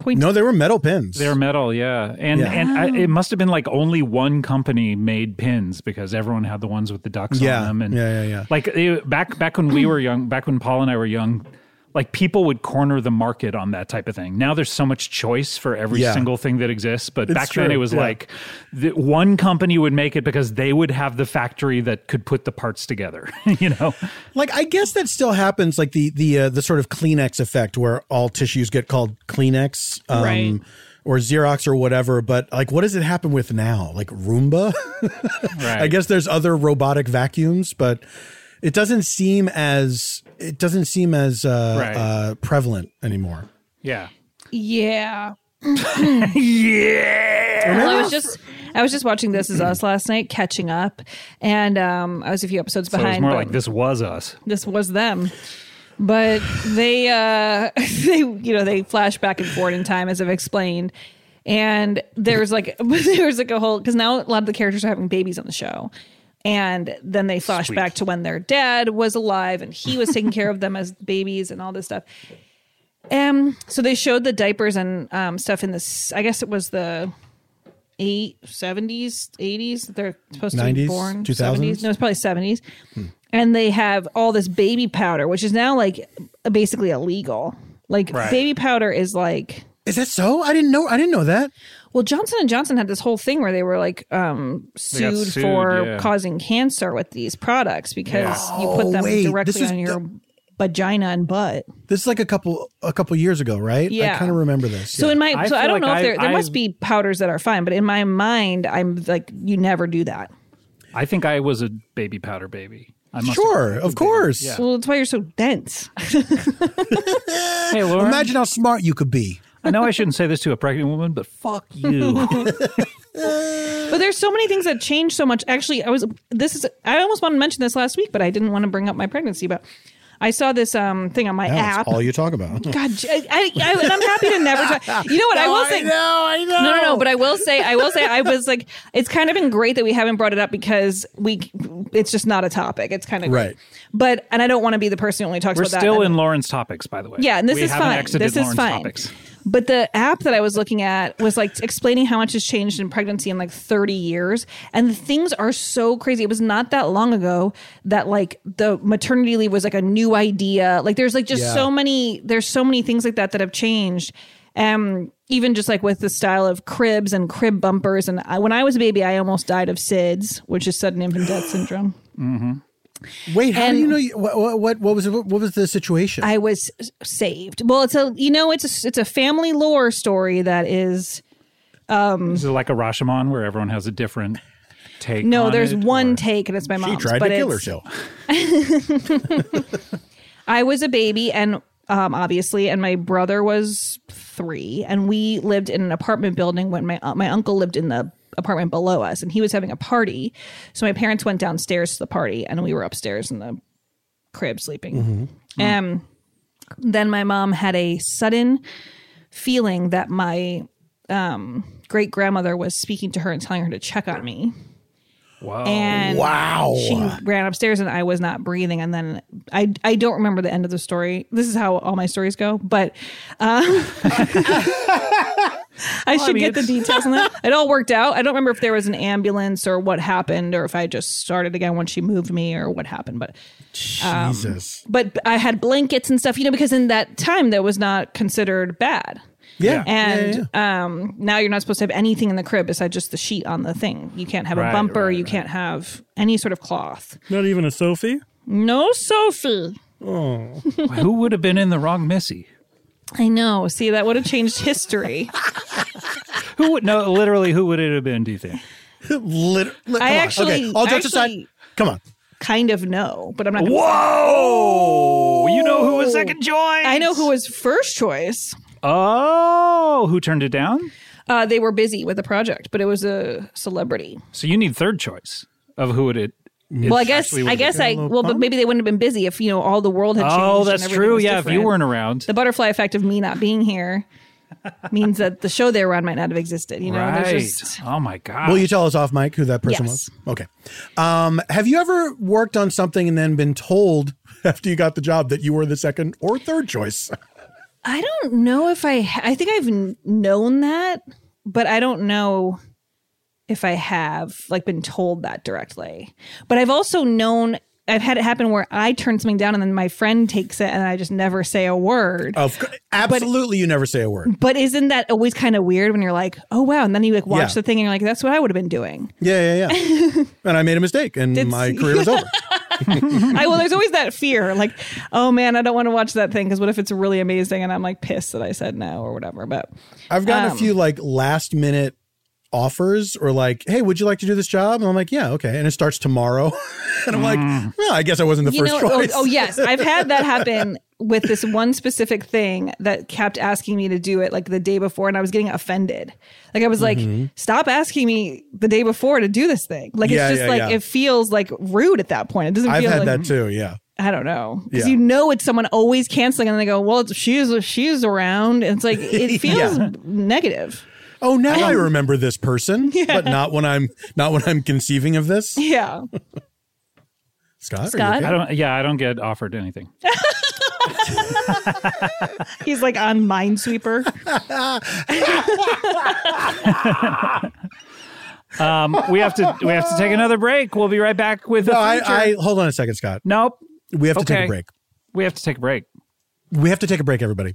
Speaker 4: pointed?
Speaker 3: No, they were metal pins.
Speaker 2: They're metal, yeah, and
Speaker 3: Yeah.
Speaker 2: and I, it must have been like only one company made pins because everyone had the ones with the ducks
Speaker 3: Yeah.
Speaker 2: on them, and
Speaker 3: Yeah, yeah, yeah.
Speaker 2: Like it, back back when we were young, back when Paul and I were young, like people would corner the market on that type of thing. Now there's so much choice for every
Speaker 3: Yeah.
Speaker 2: single thing that exists, but
Speaker 3: It's
Speaker 2: back then
Speaker 3: true,
Speaker 2: it was
Speaker 3: yeah.
Speaker 2: like the, one company would make it because they would have the factory that could put the parts together, you know.
Speaker 3: like I guess that still happens, like the the uh, the sort of Kleenex effect, where all tissues get called Kleenex, um,
Speaker 4: Right.
Speaker 3: or Xerox or whatever. But like, what does it happen with now? Like Roomba?
Speaker 2: Right.
Speaker 3: I guess there's other robotic vacuums, but it doesn't seem as it doesn't seem as uh,
Speaker 2: Right.
Speaker 3: uh, prevalent anymore.
Speaker 2: yeah.
Speaker 4: Yeah.
Speaker 2: Yeah.
Speaker 4: Well, I was just I was just watching This Is Us last night, catching up, and um, I was a few episodes
Speaker 2: So it
Speaker 4: behind.
Speaker 2: was more
Speaker 4: but-
Speaker 2: like this was us.
Speaker 4: this was them but they uh they you know they flash back and forth in time as i've explained and there's like there's like a whole because now a lot of the characters are having babies on the show and then they flash back to when their dad was alive and he was taking care of them as babies and all this stuff um so they showed the diapers and um stuff in this i guess it was the eight seventies, eighties. They're supposed to be
Speaker 3: 90s,
Speaker 4: born
Speaker 3: 2000s?
Speaker 4: seventies. No, it's probably seventies. And they have all this baby powder, which is now like basically illegal. Like baby powder is like
Speaker 3: Is that so? I didn't know. I didn't know that.
Speaker 4: well, Johnson and Johnson had this whole thing where they were like um,
Speaker 2: got
Speaker 4: sued,
Speaker 2: sued,
Speaker 4: for
Speaker 2: yeah.
Speaker 4: causing cancer with these products because you put them
Speaker 3: wait,
Speaker 4: directly
Speaker 3: this is
Speaker 4: on your
Speaker 3: the-
Speaker 4: vagina and butt.
Speaker 3: This is like a couple a couple years ago, right? I
Speaker 4: Yeah.
Speaker 3: kind of remember this.
Speaker 4: So in my,
Speaker 2: I
Speaker 4: so I
Speaker 2: feel
Speaker 4: don't
Speaker 2: like
Speaker 4: know
Speaker 2: I-
Speaker 4: if there there must
Speaker 2: I've-
Speaker 4: be powders that are fine, but in my mind, I'm like, you never do that.
Speaker 2: I think I was a baby powder baby. I must
Speaker 3: sure, of course.
Speaker 2: Yeah.
Speaker 4: Well, that's why you're so dense.
Speaker 2: have- Hey, Lauren.
Speaker 3: Imagine how smart you could be.
Speaker 2: I know I shouldn't say this to a pregnant woman, but fuck you.
Speaker 4: But there's so many things that change so much. Actually, I was this is I almost wanted to mention this last week, but I didn't want to bring up my pregnancy. But I saw this um thing on my
Speaker 3: That's
Speaker 4: app.
Speaker 3: all you talk about.
Speaker 4: God, j- I, I, I- and I'm happy to never talk. You know what? I will say.
Speaker 3: I know.
Speaker 4: No, no, no. But I will say, I will say, I was like, it's kind of been great that we haven't brought it up because we, it's just not a topic. It's kind of great.
Speaker 3: Right.
Speaker 4: But and I don't want to be the person who only talks
Speaker 2: We're
Speaker 4: about that.
Speaker 2: still
Speaker 4: And-
Speaker 2: in Lauren's topics, by the way.
Speaker 4: yeah, and this
Speaker 2: we
Speaker 4: is
Speaker 2: haven't
Speaker 4: fine.
Speaker 2: Exited
Speaker 4: This is
Speaker 2: Lauren's
Speaker 4: fine.
Speaker 2: Topics.
Speaker 4: But the app that I was looking at was like explaining how much has changed in pregnancy in like 30 years. And the things are so crazy. It was not that long ago that like the maternity leave was like a new idea. Like there's like just
Speaker 3: Yeah.
Speaker 4: so many, there's so many things like that that have changed. Um, even just like with the style of cribs and crib bumpers. And I, when I was a baby, I almost died of SIDS, which is sudden infant death syndrome.
Speaker 3: Wait, how do
Speaker 4: And-
Speaker 3: you know? You, what, what what what was what was the situation?
Speaker 4: I was saved. Well, it's a you know it's a it's a family lore story that is
Speaker 2: This is like a Rashomon where everyone has a different take.
Speaker 4: no
Speaker 2: on
Speaker 4: there's
Speaker 2: it,
Speaker 4: one
Speaker 2: or-
Speaker 4: take and it's my
Speaker 3: she
Speaker 4: mom's.
Speaker 3: tried to
Speaker 4: but
Speaker 3: kill
Speaker 4: it's-
Speaker 3: herself.
Speaker 4: I was a baby and um, obviously and my brother was three and we lived in an apartment building when my uh, my uncle lived in the apartment below us and he was having a party so my parents went downstairs to the party and we were upstairs in the crib sleeping
Speaker 3: Mm-hmm.
Speaker 4: um then my mom had a sudden feeling that my um great grandmother was speaking to her and telling her to check on me
Speaker 2: Wow.
Speaker 4: and
Speaker 3: Wow.
Speaker 4: she ran upstairs and I was not breathing. And then I I don't remember the end of the story. This is how all my stories go, but um, I should get the details on that. It all worked out. I don't remember if there was an ambulance or what happened, or if I just started again when she moved me, or what happened. But um,
Speaker 3: Jesus.
Speaker 4: but I had blankets and stuff, you know, because in that time that was not considered bad.
Speaker 3: Yeah.
Speaker 4: And Um, now you're not supposed to have anything in the crib besides just the sheet on the thing. You can't have
Speaker 2: Right,
Speaker 4: a bumper.
Speaker 2: right,
Speaker 4: you can't have any sort of cloth.
Speaker 6: Not even a Sophie?
Speaker 4: No, Sophie.
Speaker 2: Who would have been in the wrong Missy?
Speaker 4: I know. See, that would have changed history.
Speaker 2: Who would no? Literally, who would it have been? Do you think?
Speaker 3: Lit- li- come
Speaker 4: I
Speaker 3: on.
Speaker 4: actually-
Speaker 3: okay. All jokes
Speaker 4: actually-
Speaker 3: aside, come on.
Speaker 4: kind of know, but I'm not. Gonna
Speaker 2: Whoa! You know who was second choice?
Speaker 4: Oh! I know who was first choice.
Speaker 2: Oh, who turned it down?
Speaker 4: Uh, they were busy with the project, but it was a celebrity.
Speaker 2: So you need third choice of who would it.
Speaker 4: well, I guess I guess I well, but maybe they wouldn't have been busy if you know all the world had changed.
Speaker 2: Oh,
Speaker 4: and
Speaker 2: that's
Speaker 4: everything
Speaker 2: true.
Speaker 4: was
Speaker 2: Yeah, if you
Speaker 4: different.
Speaker 2: weren't around.
Speaker 4: the butterfly effect of me not being here means that the show they were on might not have existed. You know,
Speaker 2: right.
Speaker 4: there's just
Speaker 2: oh my god.
Speaker 3: Will you tell us off mic who that person
Speaker 4: Yes.
Speaker 3: was? Okay. Um, have you ever worked on something and then been told after you got the job that you were the second or third choice?
Speaker 4: I don't know if I ha- I think I've kn- known that, but I don't know if I have like been told that directly. But I've also known I've had it happen where I turn something down and then my friend takes it and I just never say a word.
Speaker 3: Of cou- absolutely, you never say a word.
Speaker 4: But isn't that always kind of weird when you're like, oh wow, and then you like watch
Speaker 3: Yeah.
Speaker 4: the thing and you're like, that's what I would have been doing.
Speaker 3: Yeah, yeah, yeah. and I made a mistake, and my career was over.
Speaker 4: I well, there's always that fear, like, oh man, I don't want to watch that thing because what if it's really amazing and I'm like pissed that I said no or whatever. But
Speaker 3: I've gotten
Speaker 4: Um,
Speaker 3: a few like last minute offers or like, hey, would you like to do this job? And I'm like, yeah, okay. And it starts tomorrow. and I'm like, well, I guess I wasn't the
Speaker 4: Mm. you
Speaker 3: first
Speaker 4: know, oh,
Speaker 3: choice.
Speaker 4: oh, yes, I've had that happen with this one specific thing that kept asking me to do it like the day before, and I was getting offended. Like I was
Speaker 3: Mm-hmm.
Speaker 4: like, stop asking me the day before to do this thing. Like
Speaker 3: Yeah,
Speaker 4: it's just
Speaker 3: yeah,
Speaker 4: like
Speaker 3: yeah.
Speaker 4: it feels like rude at that point. It doesn't
Speaker 3: I've
Speaker 4: feel
Speaker 3: had
Speaker 4: like
Speaker 3: that too. Yeah.
Speaker 4: I don't know because
Speaker 3: Yeah.
Speaker 4: you know it's someone always canceling, and they go, well, it's, she's she's around, and it's like it feels negative.
Speaker 3: Oh, now I,
Speaker 4: Um,
Speaker 3: remember this person, but not when I'm not when I'm conceiving of this.
Speaker 4: Yeah.
Speaker 3: Scott, are you
Speaker 4: Scott?
Speaker 3: okay?
Speaker 2: I don't. Yeah, I don't get offered anything.
Speaker 4: He's like on Minesweeper.
Speaker 2: Um, we have to. We have to take another break. We'll be right back with.
Speaker 3: No,
Speaker 2: the future.
Speaker 3: I, I hold on a second, Scott.
Speaker 2: Nope.
Speaker 3: We have to take
Speaker 2: Okay.
Speaker 3: a break.
Speaker 2: We have to take a break.
Speaker 3: We have to take a break, everybody.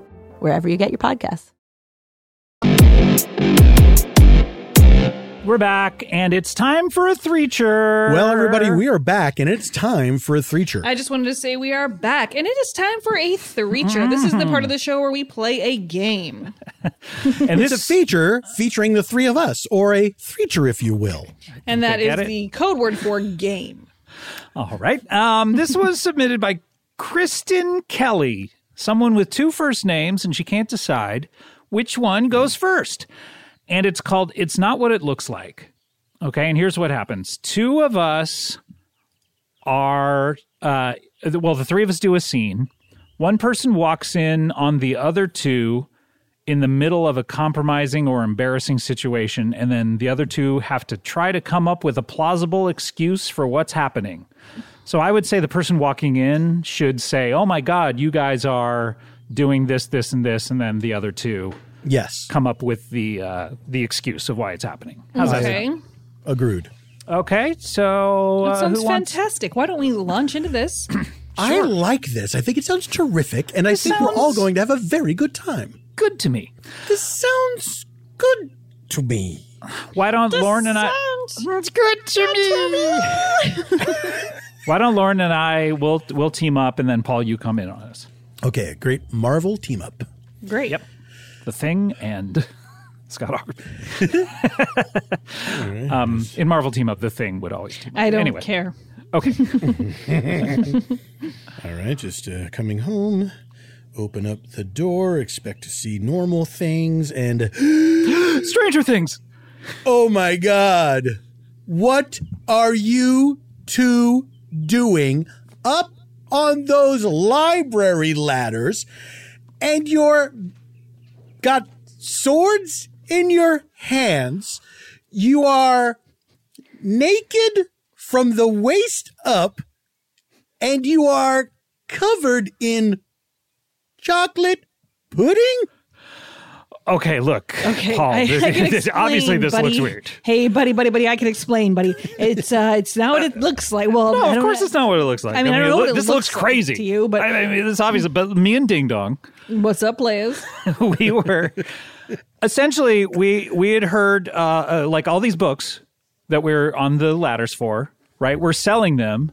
Speaker 5: wherever you get your podcasts.
Speaker 2: We're back, and it's time for a threecher.
Speaker 3: Well, everybody, we are back, and it's time for a threecher.
Speaker 4: I just wanted to say we are back, and it is time for a threecher. This is the part of the show where we play a game.
Speaker 2: and this
Speaker 3: It's a feature featuring the three of us, or a feature, if you will.
Speaker 4: And that is
Speaker 2: get it.
Speaker 4: the code word for game.
Speaker 2: All right. Um, this was submitted by Kristen Kelly, someone with two first names, and she can't decide which one goes first. And it's called It's Not What It Looks Like. Okay. And here's what happens two of us are, uh, well, the three of us do a scene. One person walks in on the other two in the middle of a compromising or embarrassing situation, and then the other two have to try to come up with a plausible excuse for what's happening. So I would say the person walking in should say, Oh my God, you guys are doing this, this, and this. And then the other two
Speaker 3: Yes,
Speaker 2: come up with the, uh, the excuse of why it's happening.
Speaker 4: Mm.
Speaker 2: How's that?
Speaker 4: Okay.
Speaker 3: agreed.
Speaker 2: Okay. So
Speaker 4: That
Speaker 2: uh,
Speaker 4: sounds
Speaker 2: who wants?
Speaker 4: fantastic. Why don't we launch into this?
Speaker 3: I like this. I think it sounds terrific, and I think we're all going to have a very good time.
Speaker 2: Good to me.
Speaker 3: This sounds good to me.
Speaker 2: Why don't Lauren and I?
Speaker 4: Sounds good to me.
Speaker 2: Why don't Lauren and I? We'll we'll team up, and then Paul, you come in on us.
Speaker 3: Okay, a great Marvel team up.
Speaker 4: Great.
Speaker 2: Yep. The Thing and Scott Ackerman. um, in Marvel Team Up, The Thing would always team up.
Speaker 4: I don't
Speaker 2: anyway,
Speaker 4: care.
Speaker 2: Okay.
Speaker 3: All right, just uh, coming home. Open up the door, expect to see normal things, and
Speaker 2: Stranger Things.
Speaker 3: oh my god, what are you two doing up on those library ladders? And you're got swords in your hands. You are naked from the waist up, and you are covered in chocolate pudding.
Speaker 2: okay, look,
Speaker 4: Okay,
Speaker 2: Paul.
Speaker 4: I- I
Speaker 2: this-
Speaker 4: can
Speaker 2: this- obviously,
Speaker 4: explain,
Speaker 2: this
Speaker 4: buddy.
Speaker 2: looks weird.
Speaker 4: Hey, buddy, buddy, buddy, I can explain, buddy. It's uh, it's not what it looks like. Well,
Speaker 2: No,
Speaker 4: I
Speaker 2: of
Speaker 4: don't
Speaker 2: course
Speaker 4: know.
Speaker 2: it's not what it looks like.
Speaker 4: I mean, I don't know
Speaker 2: look-
Speaker 4: what it
Speaker 2: this
Speaker 4: looks
Speaker 2: looks,
Speaker 4: like
Speaker 2: crazy
Speaker 4: to you, but-
Speaker 2: I, I mean, it's obvious. But me and Ding Dong,
Speaker 4: What's up, Liz?
Speaker 2: we were essentially we we had heard uh, uh, like all these books that we're on the ladders for. Right, we're selling them,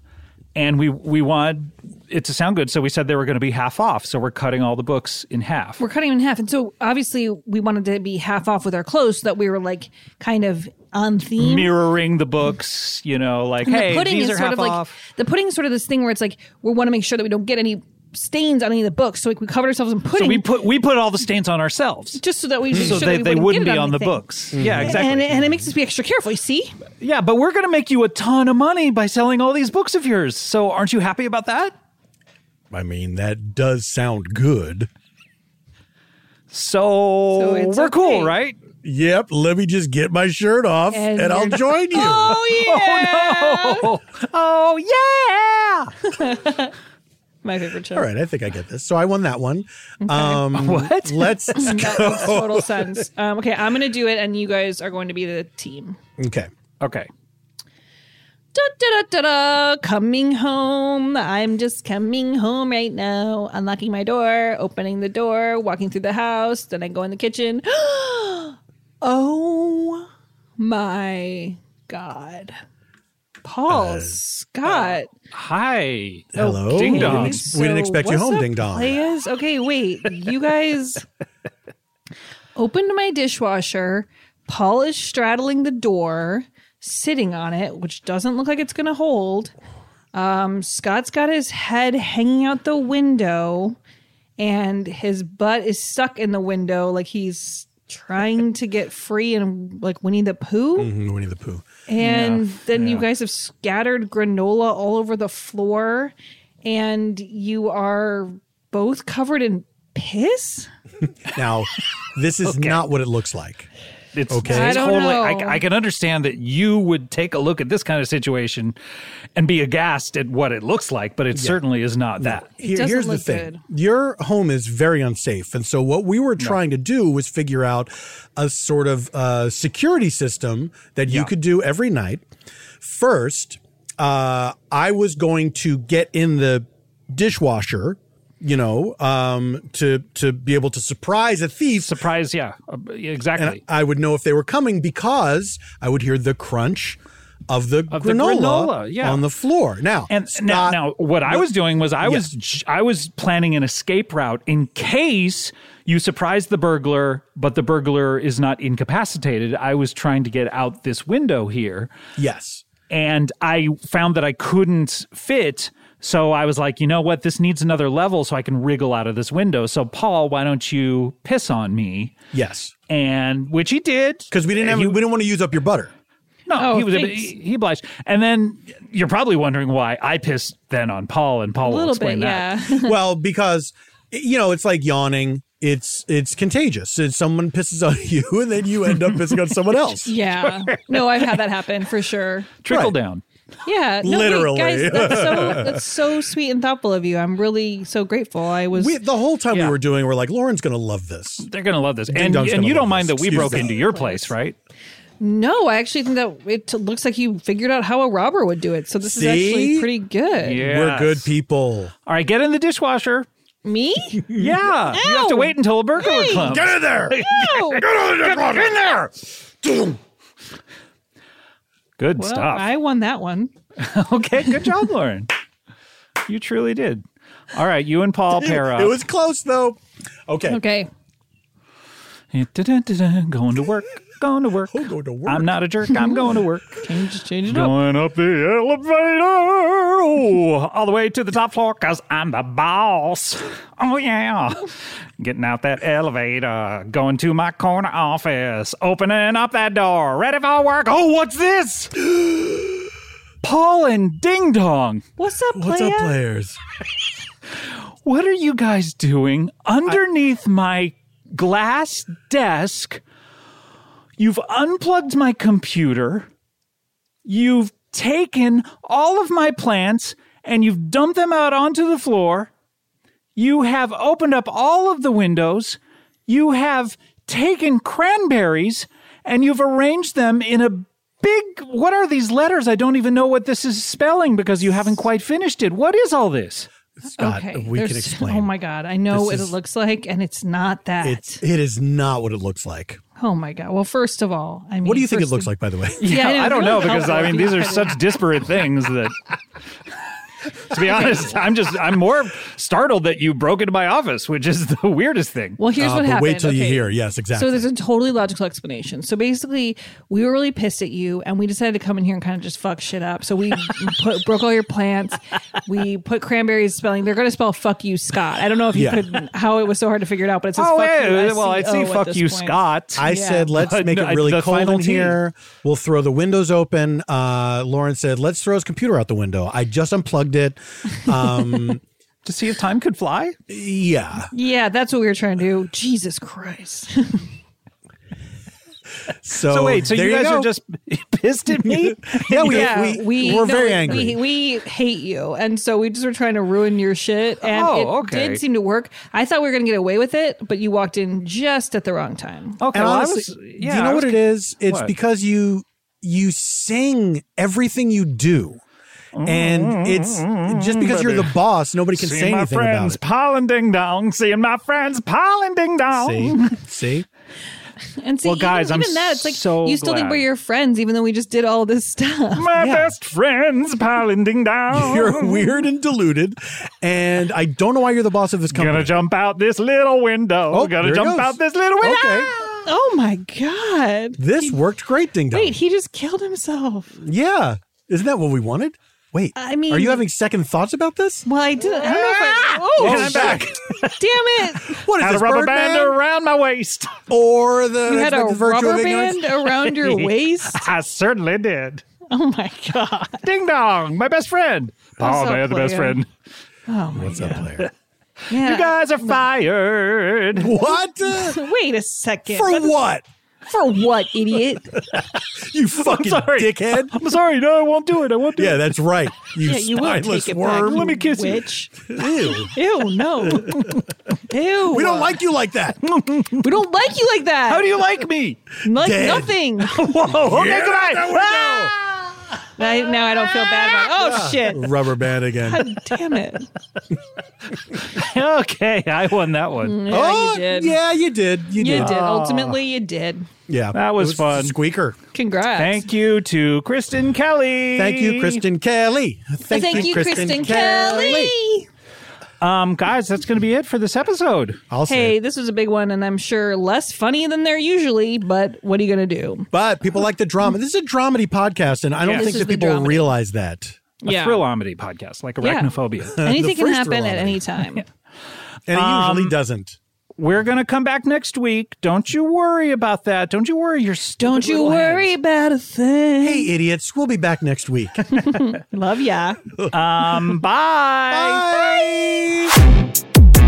Speaker 2: and we we wanted it to sound good, so we said they were going to be half off. So we're cutting all the books in half.
Speaker 4: We're cutting in half, and so obviously we wanted to be half off with our clothes, so that we were like kind of on theme.
Speaker 2: mirroring the books, you know, like
Speaker 4: And
Speaker 2: hey,
Speaker 4: the pudding
Speaker 2: these
Speaker 4: is
Speaker 2: are
Speaker 4: sort
Speaker 2: half
Speaker 4: of like
Speaker 2: off.
Speaker 4: the pudding is sort of this thing where it's like we want to make sure that we don't get any stains on any of the books, so like we covered ourselves in pudding.
Speaker 2: So we put we put all the stains on ourselves,
Speaker 4: just so that we
Speaker 2: so they, they wouldn't be on the
Speaker 4: books.
Speaker 2: books. Yeah, exactly.
Speaker 4: And, and it makes us be extra careful. You see,
Speaker 2: yeah, but we're gonna make you a ton of money by selling all these books of yours. So aren't you happy about that?
Speaker 3: I mean, that does sound good.
Speaker 4: So
Speaker 2: So,
Speaker 4: it's
Speaker 2: we're
Speaker 4: okay.
Speaker 2: cool, right?
Speaker 3: Yep, let me just get my shirt off
Speaker 4: And
Speaker 3: and, I'll
Speaker 4: you're-
Speaker 3: join you.
Speaker 4: oh yeah,
Speaker 2: Oh, oh yeah.
Speaker 4: my favorite show.
Speaker 3: All right, I think I get this. So I won that one. Um,
Speaker 2: What?
Speaker 3: Let's
Speaker 4: That makes total sense. Um, okay, I'm gonna do it, and you guys are going to be the team.
Speaker 3: okay.
Speaker 2: Okay.
Speaker 4: Da, da, da, da, da. Coming home. I'm just coming home right now. Unlocking my door, opening the door, walking through the house. Then I go in the kitchen. oh my God. Paul Scott.
Speaker 2: Hi.
Speaker 4: Oh,
Speaker 3: Hello,
Speaker 2: Ding
Speaker 3: We
Speaker 2: dong.
Speaker 3: didn't, ex- we didn't expect you
Speaker 4: what's
Speaker 3: home,
Speaker 4: up,
Speaker 3: ding dong.
Speaker 4: Players? Okay, wait. You guys opened my dishwasher. Paul is straddling the door, sitting on it, which doesn't look like it's going to hold. Um, Scott's got his head hanging out the window, and his butt is stuck in the window, like he's trying to get free and like Winnie the Pooh.
Speaker 3: Mm, Winnie the Pooh.
Speaker 4: And then you guys have scattered granola all over the floor, and you are both covered in piss.
Speaker 3: Now, this is not what it looks like.
Speaker 2: It's
Speaker 3: Okay.
Speaker 2: it's
Speaker 4: I don't
Speaker 2: totally,
Speaker 4: know.
Speaker 2: I, I can understand that you would take a look at this kind of situation and be aghast at what it looks like, but it certainly is not that.
Speaker 3: Here-
Speaker 4: doesn't
Speaker 3: here's the
Speaker 4: look
Speaker 3: thing your home is very unsafe and so what we were trying to do was figure out a sort of uh, security system that you could do every night first uh, i was going to get in the dishwasher you know um, to to be able to surprise a thief
Speaker 2: Surprise, yeah, uh, exactly.
Speaker 3: and i would know if they were coming because i would hear the crunch of the,
Speaker 2: Of the
Speaker 3: granola,
Speaker 2: granola, yeah.
Speaker 3: on the floor now
Speaker 2: And now,
Speaker 3: Scott-
Speaker 2: now, what I was doing was I was
Speaker 3: Yes.
Speaker 2: j- I was planning an escape route in case you surprise the burglar, but the burglar is not incapacitated. I was trying to get out this window here,
Speaker 3: yes
Speaker 2: and I found that I couldn't fit. So I was like, you know what? This needs another level so I can wriggle out of this window. So Paul, why don't you piss on me?
Speaker 3: yes
Speaker 2: And which he did
Speaker 3: because we didn't have,
Speaker 2: He-
Speaker 3: we didn't want to use up your butter.
Speaker 2: no,
Speaker 4: Oh,
Speaker 2: he was a,
Speaker 4: thanks.
Speaker 2: he obliged. And then you're probably wondering why I pissed then on Paul, and Paul
Speaker 4: A
Speaker 2: will
Speaker 4: little
Speaker 2: explain
Speaker 4: bit,
Speaker 2: that.
Speaker 4: yeah.
Speaker 3: well, because you know it's like yawning. It's it's contagious. If someone pisses on you, and then you end up pissing on someone else.
Speaker 4: yeah. No, I've had that happen for sure.
Speaker 2: trickle
Speaker 3: Right.
Speaker 2: down.
Speaker 4: Yeah. No, wait,
Speaker 3: Literally.
Speaker 4: guys, that's so that's so sweet and thoughtful of you. I'm really so grateful. I was
Speaker 3: We, the whole time
Speaker 2: Yeah.
Speaker 3: we were doing, we're like, Lauren's gonna love this.
Speaker 2: They're gonna love this, and,
Speaker 3: Dong's
Speaker 2: and
Speaker 3: gonna
Speaker 2: you don't
Speaker 3: love
Speaker 2: mind
Speaker 3: this.
Speaker 2: that we
Speaker 3: Excuse
Speaker 2: broke
Speaker 3: me.
Speaker 2: into your place, right?
Speaker 4: no. I actually think that it looks like you figured out how a robber would do it. So this is actually
Speaker 3: See?
Speaker 4: pretty good.
Speaker 3: We're good people.
Speaker 2: All right, get in the dishwasher.
Speaker 4: Me?
Speaker 2: Yeah, you have
Speaker 4: Ow.
Speaker 2: to wait until a burglar comes.
Speaker 3: Get in there.
Speaker 4: No.
Speaker 2: Get in there. Good
Speaker 4: Well,
Speaker 2: stuff.
Speaker 4: I won that one.
Speaker 2: Okay, good job, Lauren. you truly did. All right, you and Paul pair up.
Speaker 3: It was close though. Okay.
Speaker 4: Okay.
Speaker 2: going to work. Going to work.
Speaker 3: Go to work.
Speaker 2: I'm not a jerk. I'm going to work.
Speaker 4: Change change it up.
Speaker 2: Going up the elevator all the way to the top floor because I'm the boss. Oh, yeah. Getting out that elevator, going to my corner office, opening up that door, ready for work. Oh, what's this? Paul and Ding Dong,
Speaker 4: What's up,
Speaker 3: What's
Speaker 4: playa?
Speaker 3: up, players?
Speaker 2: what are you guys doing underneath my glass desk? You've unplugged my computer. You've taken all of my plants and you've dumped them out onto the floor. You have opened up all of the windows. You have taken cranberries and you've arranged them in a big. What are these letters? I don't even know what this is spelling because you haven't quite finished it. What is all this?
Speaker 3: Scott, we
Speaker 4: there's-
Speaker 3: can explain.
Speaker 4: Oh my god, I know
Speaker 3: This
Speaker 4: what
Speaker 3: is-
Speaker 4: it looks like, and it's not that.
Speaker 3: It's it is not what it looks like.
Speaker 4: oh my god. Well, first of all, I mean,
Speaker 3: What do you think it
Speaker 4: first
Speaker 3: looks
Speaker 4: of-
Speaker 3: like, by the way?
Speaker 4: Yeah,
Speaker 2: I don't
Speaker 4: really
Speaker 2: know because
Speaker 4: helpful
Speaker 2: I mean
Speaker 4: if you
Speaker 2: these are
Speaker 4: have it.
Speaker 2: such disparate things that. to be honest, I'm just I'm more startled that you broke into my office, which is the weirdest thing.
Speaker 4: Well, here's
Speaker 3: Uh,
Speaker 4: what
Speaker 3: but
Speaker 4: happened.
Speaker 3: wait till you
Speaker 4: Okay.
Speaker 3: hear. Yes, exactly.
Speaker 4: So there's a totally logical explanation. So basically, we were really pissed at you, and we decided to come in here and kind of just fuck shit up. So we put, broke all your plants. We put cranberries spelling. They're going to spell "fuck you, Scott." I don't know if you
Speaker 3: Yeah.
Speaker 4: could how it was so hard to figure it out, but it says
Speaker 2: Oh,
Speaker 4: "fuck you."
Speaker 2: hey,
Speaker 4: S-C-O
Speaker 2: well, I'd say
Speaker 4: at
Speaker 2: fuck
Speaker 4: this
Speaker 2: you,
Speaker 4: point.
Speaker 2: Scott.
Speaker 3: I said, let's
Speaker 2: Uh,
Speaker 3: make
Speaker 2: no,
Speaker 3: it really
Speaker 2: the
Speaker 3: cold
Speaker 2: final
Speaker 3: in
Speaker 2: T.
Speaker 3: here. We'll throw the windows open. Uh, Lauren said, let's throw his computer out the window. I just unplugged it. Um,
Speaker 2: to see if time could fly.
Speaker 3: yeah.
Speaker 4: Yeah, that's what we were trying to do. Jesus Christ.
Speaker 3: So,
Speaker 2: So wait, so
Speaker 3: there
Speaker 2: you guys
Speaker 3: go.
Speaker 2: are just pissed at me?
Speaker 3: Yeah, we,
Speaker 4: yeah,
Speaker 3: we, we're
Speaker 4: no,
Speaker 3: very
Speaker 4: we-
Speaker 3: angry.
Speaker 4: We, we hate you, and so we just were trying to ruin your shit. And
Speaker 2: Oh,
Speaker 4: it
Speaker 2: okay.
Speaker 4: did seem to work. I thought we were going to get away with it, but you walked in just at the wrong time.
Speaker 2: Okay,
Speaker 3: and
Speaker 2: well, I
Speaker 3: honestly,
Speaker 2: was- yeah,
Speaker 3: do you
Speaker 2: I
Speaker 3: know
Speaker 2: was-
Speaker 3: what it is? It's
Speaker 2: What?
Speaker 3: because you you sing everything you do. And it's just because you're
Speaker 2: Mm-hmm.
Speaker 3: the boss, nobody can say anything about it.
Speaker 2: pollen ding dong. Seeing my friends pollen ding
Speaker 3: See? See?
Speaker 4: And see,
Speaker 2: Well, guys,
Speaker 4: even,
Speaker 2: I'm
Speaker 4: even that, it's like
Speaker 2: so
Speaker 4: you still think
Speaker 2: glad.
Speaker 4: we're your friends, even though we just did all this stuff.
Speaker 2: My
Speaker 3: Yeah. best
Speaker 2: friends pollen ding dong.
Speaker 3: You're weird and deluded. And I don't know why you're the boss of this company.
Speaker 2: jump out this little window.
Speaker 3: Oh, there it goes.
Speaker 2: little
Speaker 3: Okay.
Speaker 4: Oh my god!
Speaker 3: This worked great, Ding Dong.
Speaker 4: Wait, he just killed himself.
Speaker 3: Yeah. Isn't that what we wanted? Wait.
Speaker 4: I mean-
Speaker 3: are you having second thoughts about this?
Speaker 4: Well, I did. I don't know if I. Oh,
Speaker 2: And I'm back.
Speaker 4: damn it!
Speaker 3: What is
Speaker 2: Had a
Speaker 3: this,
Speaker 2: rubber
Speaker 3: Birdman?
Speaker 2: band around my waist.
Speaker 3: or the
Speaker 4: You had a
Speaker 3: unexpected virtue
Speaker 4: rubber
Speaker 3: of ignorance?
Speaker 4: band around your waist.
Speaker 2: I certainly did.
Speaker 4: Oh my god!
Speaker 2: Ding dong, my best friend.
Speaker 4: What's
Speaker 2: Paul,
Speaker 4: up,
Speaker 2: man, the best
Speaker 4: player?
Speaker 2: friend.
Speaker 3: What's up, player?
Speaker 4: Yeah.
Speaker 2: You guys are fired.
Speaker 3: What? Uh,
Speaker 4: Wait a second.
Speaker 3: For what?
Speaker 4: For what, idiot?
Speaker 3: You fucking
Speaker 2: sorry.
Speaker 3: dickhead.
Speaker 2: I'm sorry. No, I won't do it. I won't do
Speaker 3: Yeah, that's right. You
Speaker 4: yeah, you will
Speaker 3: spineless
Speaker 4: take it
Speaker 3: worm.
Speaker 4: back.
Speaker 2: Let me kiss you.
Speaker 4: witch.
Speaker 3: Ew.
Speaker 4: Ew, no. Ew.
Speaker 3: We don't like you like that.
Speaker 4: We don't like you like that.
Speaker 2: How do you like me?
Speaker 4: like
Speaker 3: Dead.
Speaker 4: nothing?
Speaker 2: Whoa, okay,
Speaker 3: Yeah,
Speaker 2: goodbye.
Speaker 3: that window.
Speaker 4: I, now I don't feel bad about. Oh shit!
Speaker 3: Rubber band again.
Speaker 4: Damn it!
Speaker 2: Ah! okay, I won that one.
Speaker 4: Yeah,
Speaker 3: oh,
Speaker 4: you did.
Speaker 3: yeah, you did. You
Speaker 4: You
Speaker 3: did. Ah.
Speaker 4: did. Ultimately, you did.
Speaker 3: Yeah.
Speaker 2: That was
Speaker 3: It
Speaker 2: fun.
Speaker 3: Squeaker.
Speaker 4: Congrats.
Speaker 2: Thank you to Kristen Kelly.
Speaker 3: Thank you, Kristen Kelly. Thank,
Speaker 4: you, Kristen, Kelly.
Speaker 2: Um, guys, that's going to be it for this episode.
Speaker 3: I'll say.
Speaker 4: Hey,
Speaker 3: it.
Speaker 4: this was a big one, and I'm sure less funny than they're usually. But what are you gonna do?
Speaker 3: But people like the drama. This is a dramedy podcast, and I don't
Speaker 2: Yeah.
Speaker 3: think
Speaker 4: This
Speaker 3: that
Speaker 4: is the
Speaker 3: people
Speaker 4: dramedy.
Speaker 3: realize that.
Speaker 2: A thrillomedy podcast, like
Speaker 4: Yeah.
Speaker 2: arachnophobia.
Speaker 4: Anything can
Speaker 3: Uh, first
Speaker 4: happen
Speaker 3: thrillomedy.
Speaker 4: at any time.
Speaker 3: And it
Speaker 4: Um,
Speaker 3: usually doesn't.
Speaker 2: We're going to come back next week. Don't you worry about that. Don't you worry. You're
Speaker 4: Don't you worry about a thing.
Speaker 3: Hey, idiots. We'll be back next week.
Speaker 4: Love ya.
Speaker 2: Um, bye.
Speaker 3: Bye.